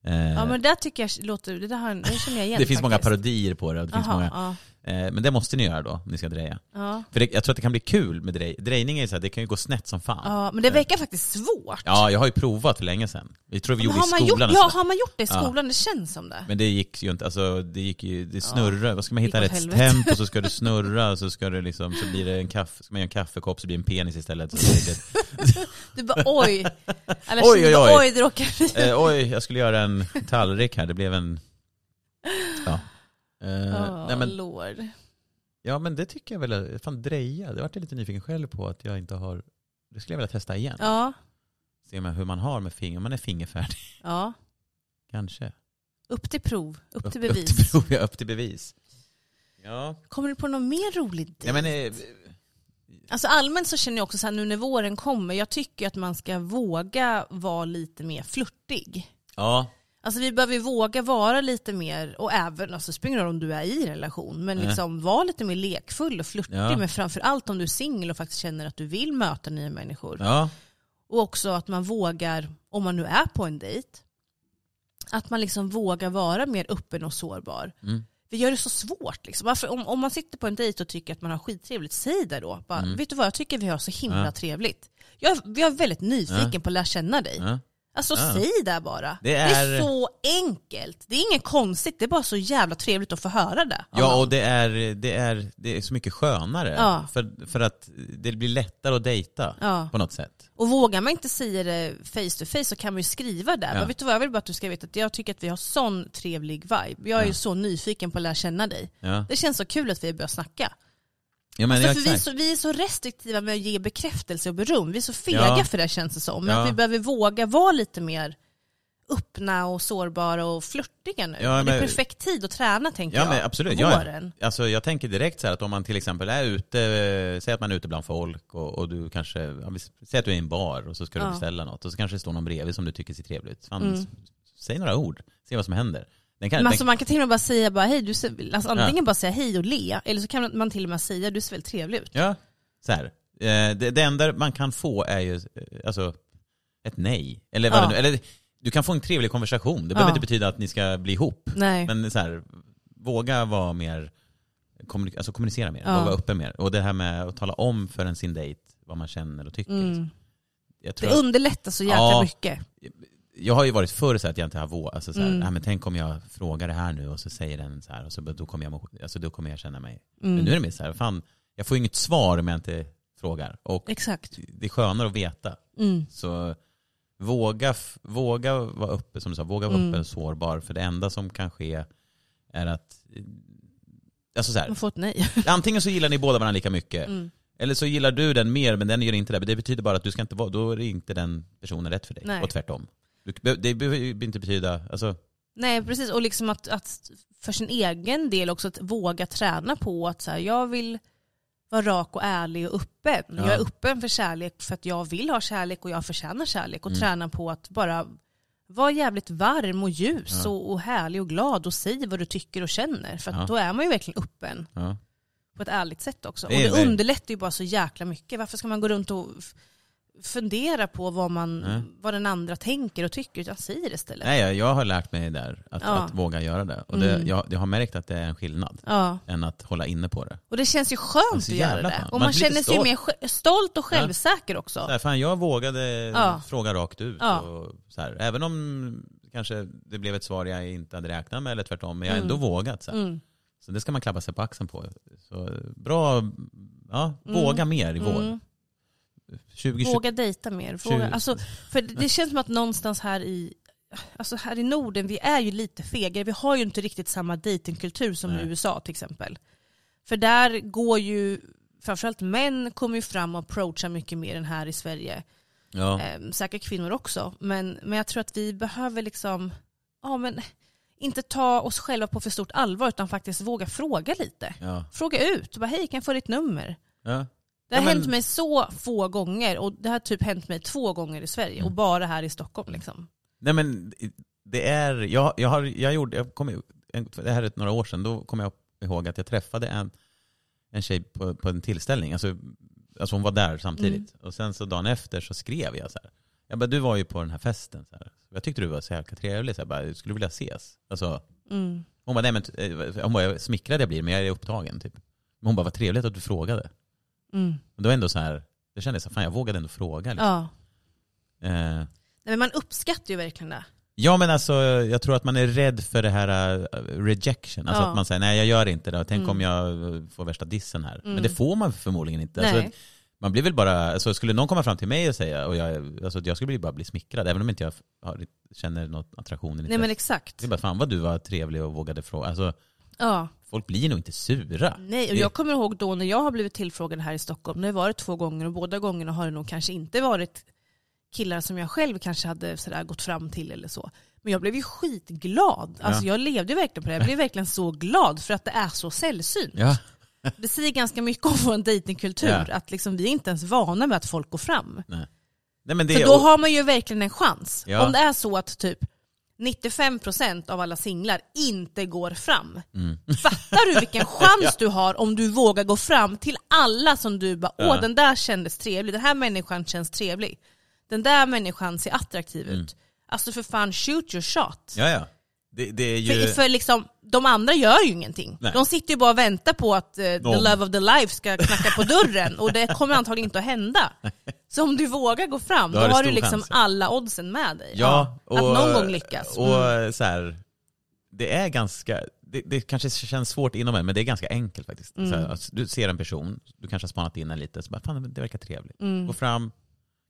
Speaker 3: Eh,
Speaker 2: Ja men där tycker jag låter, det där har, det känner jag igen
Speaker 3: det finns många
Speaker 2: faktiskt.
Speaker 3: parodier på det. och Det finns
Speaker 2: Aha,
Speaker 3: många, eh, men det måste ni göra då, om ni ska dreja.
Speaker 2: ja, ja.
Speaker 3: För det, jag tror att det kan bli kul med drej. Drejning är ju så här, det kan ju gå snett som fan.
Speaker 2: ja, men det verkar faktiskt svårt.
Speaker 3: Ja, jag har ju provat för länge sedan. Vi tror vi
Speaker 2: men
Speaker 3: gjorde i
Speaker 2: har man, gjort,
Speaker 3: skolan.
Speaker 2: ja,
Speaker 3: nästan.
Speaker 2: har man gjort det i skolan? Det känns som det.
Speaker 3: Men det gick ju inte, alltså det gick ju, det snurrar. Vad ska man
Speaker 2: Gick
Speaker 3: hitta
Speaker 2: åt
Speaker 3: rätt
Speaker 2: helvete.
Speaker 3: tempo så ska du snurra, så ska du liksom, så blir det en kaffe, ska man göra en kaffekopp så blir det en penis istället. Så det blir ett,
Speaker 2: Du bara oj. Eller
Speaker 3: Oj,
Speaker 2: oj, oj,
Speaker 3: oj, oj.
Speaker 2: oj. oj det råkar bli.
Speaker 3: eh, oj, jag skulle göra en tallrik här, det blev en, ja. Eh,
Speaker 2: Åh,
Speaker 3: nej men,
Speaker 2: lord.
Speaker 3: ja men det tycker jag väl, är- fan dreja, det vart jag lite nyfiken själv på att jag inte har, det skulle jag vilja testa igen.
Speaker 2: Ja,
Speaker 3: Se om jag- hur man har med finger, om man är fingerfärdig
Speaker 2: ja.
Speaker 3: kanske.
Speaker 2: Upp till prov, upp till
Speaker 3: Upp,
Speaker 2: bevis.
Speaker 3: upp, till, prov, ja, upp till bevis. Ja,
Speaker 2: Kommer du på något mer roligt?
Speaker 3: ja men eh,
Speaker 2: Alltså allmänt så känner jag också så här nu när våren kommer, jag tycker att man ska våga vara lite mer flörtig.
Speaker 3: ja.
Speaker 2: Alltså vi behöver ju våga vara lite mer, och även, alltså det spelar ingen roll om du är i relation, men liksom vara lite mer lekfull och flörtig.
Speaker 3: Ja.
Speaker 2: Men framförallt om du är singel och faktiskt känner att du vill möta nya människor.
Speaker 3: Ja,
Speaker 2: Och också att man vågar, om man nu är på en dejt, att man liksom vågar vara mer öppen och sårbar.
Speaker 3: Mm.
Speaker 2: Vi gör det så svårt. Liksom. Varför, om, om man sitter på en dejt och tycker att man har skittrevligt, säg det då. Bara,
Speaker 3: Mm.
Speaker 2: Vet du vad, jag tycker vi har så himla trevligt. Jag, är- jag är väldigt nyfiken på att lära känna dig.
Speaker 3: Ja.
Speaker 2: Alltså säg det bara.
Speaker 3: Det är-
Speaker 2: så enkelt. Det är inget konstigt, det är bara så jävla trevligt att få höra det. av
Speaker 3: Ja,
Speaker 2: någon.
Speaker 3: och det är, det är, det är så mycket skönare.
Speaker 2: Ja.
Speaker 3: För, för att det blir lättare att dejta
Speaker 2: Ja.
Speaker 3: på något sätt.
Speaker 2: Och vågar man inte säga det face to face så kan man ju skriva där.
Speaker 3: Ja.
Speaker 2: Men vet du vad, jag vill bara att du ska veta att jag tycker att vi har sån trevlig vibe. Jag är ju så nyfiken på att lära känna dig.
Speaker 3: Ja,
Speaker 2: Det känns så kul att vi börjar snacka.
Speaker 3: ja men
Speaker 2: Alltså,
Speaker 3: ja,
Speaker 2: för vi, är
Speaker 3: exakt.
Speaker 2: så, vi är så restriktiva med att ge bekräftelse och beröm. Vi är så fega
Speaker 3: Ja.
Speaker 2: för det känns det som. Men
Speaker 3: Ja.
Speaker 2: att vi behöver våga vara lite mer öppna och sårbara och flörtiga nu. Och
Speaker 3: Ja,
Speaker 2: det
Speaker 3: men-
Speaker 2: är perfekt tid att träna tänker
Speaker 3: Ja
Speaker 2: jag.
Speaker 3: men absolut. Ja,
Speaker 2: Våren.
Speaker 3: ja. alltså, jag tänker direkt så här att om man till exempel är ute, eh, säg att man är ute bland folk och, och du kanske, ja, vi s- säg att du är i en bar och så ska du
Speaker 2: Ja. Mm.
Speaker 3: beställa något och så kanske det står någon bredvid som du tycker ser trevligt. Fan, s- Säg några ord, se vad som händer. Den kan,
Speaker 2: Men alltså,
Speaker 3: den,
Speaker 2: man kan till och med bara säga bara, hej, du ser, alltså,
Speaker 3: Ja.
Speaker 2: antingen bara säga hej och le, eller så kan man till och med säga du ser väldigt trevlig ut.
Speaker 3: Ja, så här. Eh, Det, det enda man kan få är ju eh, alltså, ett nej. Eller, vad
Speaker 2: Ja.
Speaker 3: det nu, eller du kan få en trevlig konversation. Det behöver
Speaker 2: Ja.
Speaker 3: inte betyda att ni ska bli ihop.
Speaker 2: Nej.
Speaker 3: Men så här, våga vara mer, kommuni- alltså kommunicera mer,
Speaker 2: Ja.
Speaker 3: våga vara öppen mer. Och det här med att tala om för en sin dejt vad man känner och tycker. liksom. Jag, tror
Speaker 2: Mm. Det
Speaker 3: att,
Speaker 2: underlättar så jäkla
Speaker 3: Ja.
Speaker 2: mycket.
Speaker 3: jag har ju varit förr så här att jag inte har vågat. Alltså så
Speaker 2: Mm.
Speaker 3: här, "Nej, men tänk om jag frågar det här nu och så säger den så här och så, då, kommer jag, må- alltså, då kommer jag känna mig...
Speaker 2: Mm.
Speaker 3: Men nu är det mer så här, fan, jag får ju inget svar om jag inte frågar. Och
Speaker 2: Exakt.
Speaker 3: det är skönare att veta.
Speaker 2: Mm.
Speaker 3: Så våga, f- våga vara öppen, som du sa, våga
Speaker 2: Mm.
Speaker 3: vara öppen och sårbar. För det enda som kan ske är att, eh, alltså så här,
Speaker 2: Man får Mm. ett nej.
Speaker 3: antingen så gillar ni båda varandra lika mycket, eller så gillar du den mer men den gör inte det. Men det betyder bara att du ska inte vara, då är det inte den personen rätt för dig.
Speaker 2: Nej.
Speaker 3: Och tvärtom. Du, det behöver ju inte betyda, alltså,
Speaker 2: nej precis, och liksom att, att för sin egen del också att våga träna på att så här, jag vill vara rak och ärlig och öppen. Jag är öppen för kärlek för att jag vill ha kärlek och jag förtjänar kärlek. Och
Speaker 3: Mm.
Speaker 2: träna på att bara vara jävligt varm och ljus och, och härlig och glad och säg vad du tycker och känner. För att
Speaker 3: Ja.
Speaker 2: då är man ju verkligen öppen.
Speaker 3: ja.
Speaker 2: på ett ärligt sätt också.
Speaker 3: Det är
Speaker 2: och
Speaker 3: det.
Speaker 2: det underlättar ju bara så jäkla mycket. Varför ska man gå runt och f- fundera på vad, man, vad den andra tänker och tycker? Utan säger det istället.
Speaker 3: Nej, jag- jag har lärt mig där, att,
Speaker 2: Ja. Mm.
Speaker 3: att våga göra det. Och det, jag, jag har märkt att det är en skillnad,
Speaker 2: Ja.
Speaker 3: än att hålla inne på det.
Speaker 2: Och det känns ju skönt
Speaker 3: Alltså,
Speaker 2: att
Speaker 3: jävla
Speaker 2: göra det.
Speaker 3: fan.
Speaker 2: Och
Speaker 3: Man
Speaker 2: man,
Speaker 3: blir
Speaker 2: känner
Speaker 3: lite
Speaker 2: sig mer sj- stolt och självsäker också.
Speaker 3: Så här, fan, jag vågade
Speaker 2: Ja.
Speaker 3: fråga rakt ut.
Speaker 2: Ja.
Speaker 3: Och så här, även om kanske det blev ett svar jag inte hade räknat med eller tvärtom, men jag har
Speaker 2: Mm.
Speaker 3: ändå vågat. Så, här. så det ska man klappa sig på axeln på. Så, bra, ja, våga mer i vår. 2020,
Speaker 2: Mm. Våga dejta mer. Våga,
Speaker 3: tjugo-
Speaker 2: alltså, för det- det känns som att någonstans här i Alltså här i Norden, vi är ju lite fegare. Vi har ju inte riktigt samma dejtingkultur som i USA till exempel. För där går ju, framförallt män kommer ju fram och approachar mycket mer än här i Sverige.
Speaker 3: ja.
Speaker 2: eh, säkert kvinnor också, men, men jag tror att vi behöver liksom, ja men inte ta oss själva på för stort allvar utan faktiskt våga fråga lite.
Speaker 3: Ja.
Speaker 2: Fråga ut, bara hej kan jag få ditt nummer?
Speaker 3: Ja.
Speaker 2: Det har
Speaker 3: Ja, men-
Speaker 2: hänt mig så få gånger och det har typ hänt mig två gånger i Sverige
Speaker 3: Mm.
Speaker 2: och bara här i Stockholm liksom.
Speaker 3: Nej men det är, jag, jag har, jag gjorde, jag kom, det här är några år sedan, då kommer jag ihåg att jag träffade en, en tjej på, på en tillställning, alltså, alltså hon var där samtidigt. Och sen så dagen efter så skrev jag så här, Jag bara, du var ju på den här festen. Så här. Jag tyckte du var så jäkla trevlig. Så jag bara, skulle du vilja ses? Alltså,
Speaker 2: Mm.
Speaker 3: hon bara, nej men, eh, hon bara, jag är smickrad jag blir men jag är upptagen typ. Men hon bara, vad trevligt att du frågade.
Speaker 2: Mm.
Speaker 3: Men det var ändå så här, det kändes så här, fan jag vågade ändå fråga. Liksom.
Speaker 2: Ja.
Speaker 3: Eh,
Speaker 2: Nej, men man uppskattar ju verkligen det.
Speaker 3: Ja men alltså jag tror att man är rädd för det här eh, rejection. Alltså
Speaker 2: Ja.
Speaker 3: att man säger nej jag gör inte det. Tänk
Speaker 2: Mm.
Speaker 3: om jag eh, får värsta dissen här. Men
Speaker 2: Mm.
Speaker 3: det får man förmodligen inte. Alltså,
Speaker 2: Nej.
Speaker 3: man blir väl bara, alltså, skulle någon komma fram till mig och säga, och jag, alltså, jag skulle bli- bara bli smickrad även om inte jag har, känner någon attraktion. eller
Speaker 2: Nej men
Speaker 3: intresse.
Speaker 2: exakt.
Speaker 3: det är bara fan vad du var trevlig och vågade fråga. Alltså,
Speaker 2: Ja.
Speaker 3: folk blir nog inte sura.
Speaker 2: Nej, och
Speaker 3: Det-
Speaker 2: jag kommer ihåg då när jag har blivit tillfrågad här i Stockholm, nu har jag varit två gånger och båda gångerna har det nog kanske inte varit killar som jag själv kanske hade sådär gått fram till eller så. Men jag blev ju skitglad. Alltså
Speaker 3: Ja.
Speaker 2: jag levde ju verkligen på det. Jag blev verkligen så glad för att det är så sällsynt.
Speaker 3: Ja.
Speaker 2: Det säger ganska mycket om vår dejtingkultur,
Speaker 3: Ja.
Speaker 2: att liksom vi är inte ens vana med att folk går fram.
Speaker 3: Nej, men det,
Speaker 2: För då
Speaker 3: och-
Speaker 2: har man ju verkligen en chans.
Speaker 3: Ja.
Speaker 2: Om det är så att typ 95% av alla singlar inte går fram.
Speaker 3: Mm.
Speaker 2: Fattar du vilken chans du har om du vågar gå fram till alla som du bara åh
Speaker 3: Ja.
Speaker 2: den där kändes trevlig, den här människan känns trevlig. Den där människan ser attraktiv
Speaker 3: Mm.
Speaker 2: ut. Alltså för fan shoot your shot.
Speaker 3: ja, ja. Det, det är ju...
Speaker 2: För, för liksom, de andra gör ju ingenting.
Speaker 3: Nej.
Speaker 2: De sitter ju bara och väntar på att eh, the
Speaker 3: Någon.
Speaker 2: love of the life ska knacka på dörren och det kommer antagligen inte att hända. Så om du vågar gå fram,
Speaker 3: Då
Speaker 2: då,
Speaker 3: har du
Speaker 2: har du
Speaker 3: stor
Speaker 2: liksom
Speaker 3: chans, ja.
Speaker 2: alla oddsen med dig.
Speaker 3: Ja, och,
Speaker 2: att någon gång lyckas. Mm.
Speaker 3: Och så här, det är ganska, det, det kanske känns svårt inom en, men det är ganska enkelt faktiskt. Så
Speaker 2: Mm.
Speaker 3: här, alltså, du ser en person, du kanske har spanat in en lite, så bara, fan det verkar trevligt.
Speaker 2: Mm.
Speaker 3: Gå fram,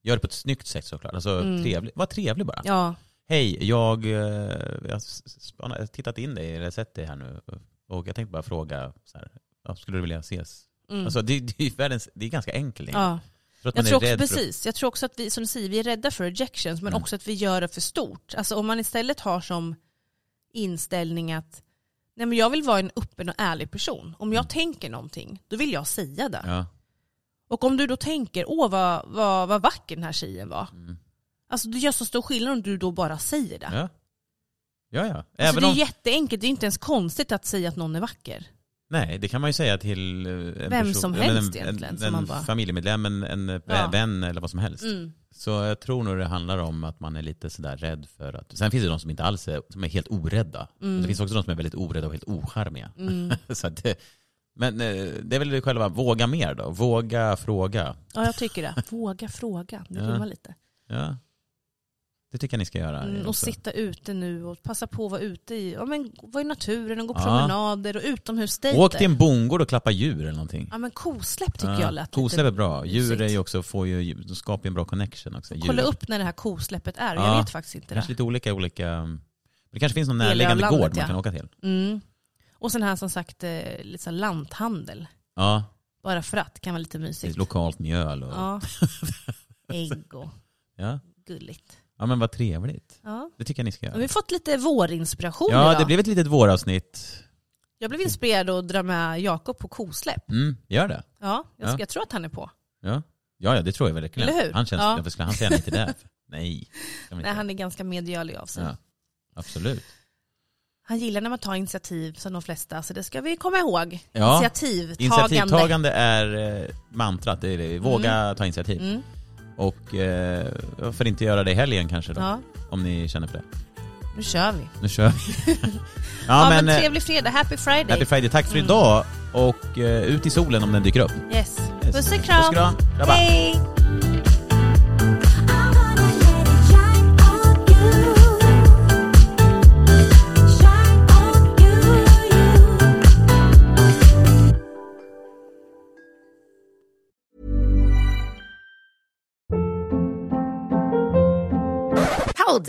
Speaker 3: gör det på ett snyggt sätt såklart. Alltså, trevlig, var trevlig bara.
Speaker 2: Ja,
Speaker 3: Hej, jag, eh, jag har s- spanat- jag har tittat in dig, eller sett dig här nu, och jag tänkte bara fråga, så här, ja, skulle du vilja ses? Alltså, det, det, är ju världens, det är ganska enkelt.
Speaker 2: Mm. ja.
Speaker 3: Jag tror att
Speaker 2: Jag
Speaker 3: man
Speaker 2: tror
Speaker 3: är
Speaker 2: också,
Speaker 3: rädd för att-
Speaker 2: precis. Jag tror också att vi, som du säger, vi är rädda för rejections men
Speaker 3: Mm.
Speaker 2: också att vi gör det för stort. Alltså om man istället har som inställning att Nej, men jag vill vara en öppen och ärlig person. Om jag tänker någonting, då vill jag säga det.
Speaker 3: Mm. Ja.
Speaker 2: Och om du då tänker, åh vad, vad, vad vacker den här tjejen var. Alltså det gör så stor skillnad om du då bara säger det.
Speaker 3: Mm. Ja, ja. ja.
Speaker 2: alltså,
Speaker 3: Även
Speaker 2: det är
Speaker 3: om...
Speaker 2: jätteenkelt, det är inte ens konstigt att säga att någon är vacker.
Speaker 3: Nej, det kan man ju säga till eh, en
Speaker 2: Vem
Speaker 3: person,
Speaker 2: som
Speaker 3: ja, men
Speaker 2: helst
Speaker 3: en,
Speaker 2: egentligen,
Speaker 3: En,
Speaker 2: som
Speaker 3: en
Speaker 2: man bara-
Speaker 3: familjemedlem, en, en eh,
Speaker 2: Ja.
Speaker 3: vän eller vad som helst.
Speaker 2: Mm.
Speaker 3: Så jag tror nog det handlar om att man är lite sådär rädd för att... Sen finns det de som inte alls är, som är helt orädda.
Speaker 2: Mm.
Speaker 3: Men Det finns också de som är väldigt orädda och helt ocharmiga. Så att det, men eh, det är väl själva, våga mer då. Våga fråga.
Speaker 2: Ja jag tycker det. Våga fråga, det
Speaker 3: Ja.
Speaker 2: rimmar lite.
Speaker 3: Ja. Det tycker jag ni ska göra.
Speaker 2: Mm, och
Speaker 3: också.
Speaker 2: sitta ute nu och passa på att vara ute i, ja, men, vara i naturen och gå
Speaker 3: Ja.
Speaker 2: promenader och utomhusdejter.
Speaker 3: Åk till en bondgård och klappa djur eller någonting.
Speaker 2: Ja men kosläpp tycker jag lät lite
Speaker 3: Kosläpp är bra. Djur är
Speaker 2: mysigt.
Speaker 3: ju också, får ju, de skapar ju en bra connection också.
Speaker 2: Kolla
Speaker 3: Djur.
Speaker 2: upp när det här kosläppet är,
Speaker 3: Ja.
Speaker 2: jag vet faktiskt inte det.
Speaker 3: kanske lite olika i olika... mm, Det kanske finns någon
Speaker 2: Delar av
Speaker 3: närliggande
Speaker 2: landet,
Speaker 3: gård man
Speaker 2: ja.
Speaker 3: kan åka till.
Speaker 2: Mm. Och sen här som sagt, eh, lite så här lanthandel.
Speaker 3: Ja,
Speaker 2: Bara för att, kan vara lite
Speaker 3: det är
Speaker 2: mysigt.
Speaker 3: lokalt mjöl och... Ja.
Speaker 2: Ja. Ägg och
Speaker 3: Ja.
Speaker 2: gulligt.
Speaker 3: men vad trevligt.
Speaker 2: Ja.
Speaker 3: Det tycker jag ni ska
Speaker 2: Och vi
Speaker 3: göra.
Speaker 2: har fått lite vårinspiration
Speaker 3: Ja,
Speaker 2: idag.
Speaker 3: det blev ett litet våravsnitt.
Speaker 2: Jag blev inspirerad att dra med Jakob på kosläpp.
Speaker 3: Mm, gör det.
Speaker 2: Ja, jag,
Speaker 3: Ja.
Speaker 2: jag tror att han är på.
Speaker 3: Ja, ja, ja det tror jag verkligen.
Speaker 2: Eller hur?
Speaker 3: Han känns...
Speaker 2: Ja.
Speaker 3: Varför skulle han säga nej till det? här? Nej. det kan man
Speaker 2: Nej,
Speaker 3: inte.
Speaker 2: han är ganska medialig av sig.
Speaker 3: Ja, absolut.
Speaker 2: Han gillar när man tar initiativ som de flesta, så det ska vi komma ihåg.
Speaker 3: Ja.
Speaker 2: Initiativtagande.
Speaker 3: Initiativtagande är eh, mantrat. Det är det. Våga ta initiativ.
Speaker 2: Mm.
Speaker 3: Och eh, varför inte göra det i helgen kanske då?
Speaker 2: Ja,
Speaker 3: Om ni känner för det.
Speaker 2: nu kör vi.
Speaker 3: Nu kör vi. ja,
Speaker 2: Ja, men,
Speaker 3: men, eh,
Speaker 2: trevlig fredag, happy friday.
Speaker 3: Happy Friday. Tack för idag och eh, ut i solen om den dyker upp.
Speaker 2: Yes.
Speaker 3: Yes.
Speaker 2: Puss och
Speaker 3: Puss och
Speaker 2: kram.
Speaker 3: kram. Grabbar.
Speaker 1: I
Speaker 2: Hej.
Speaker 1: wanna let it shine on you, shine on you, you.
Speaker 6: Hold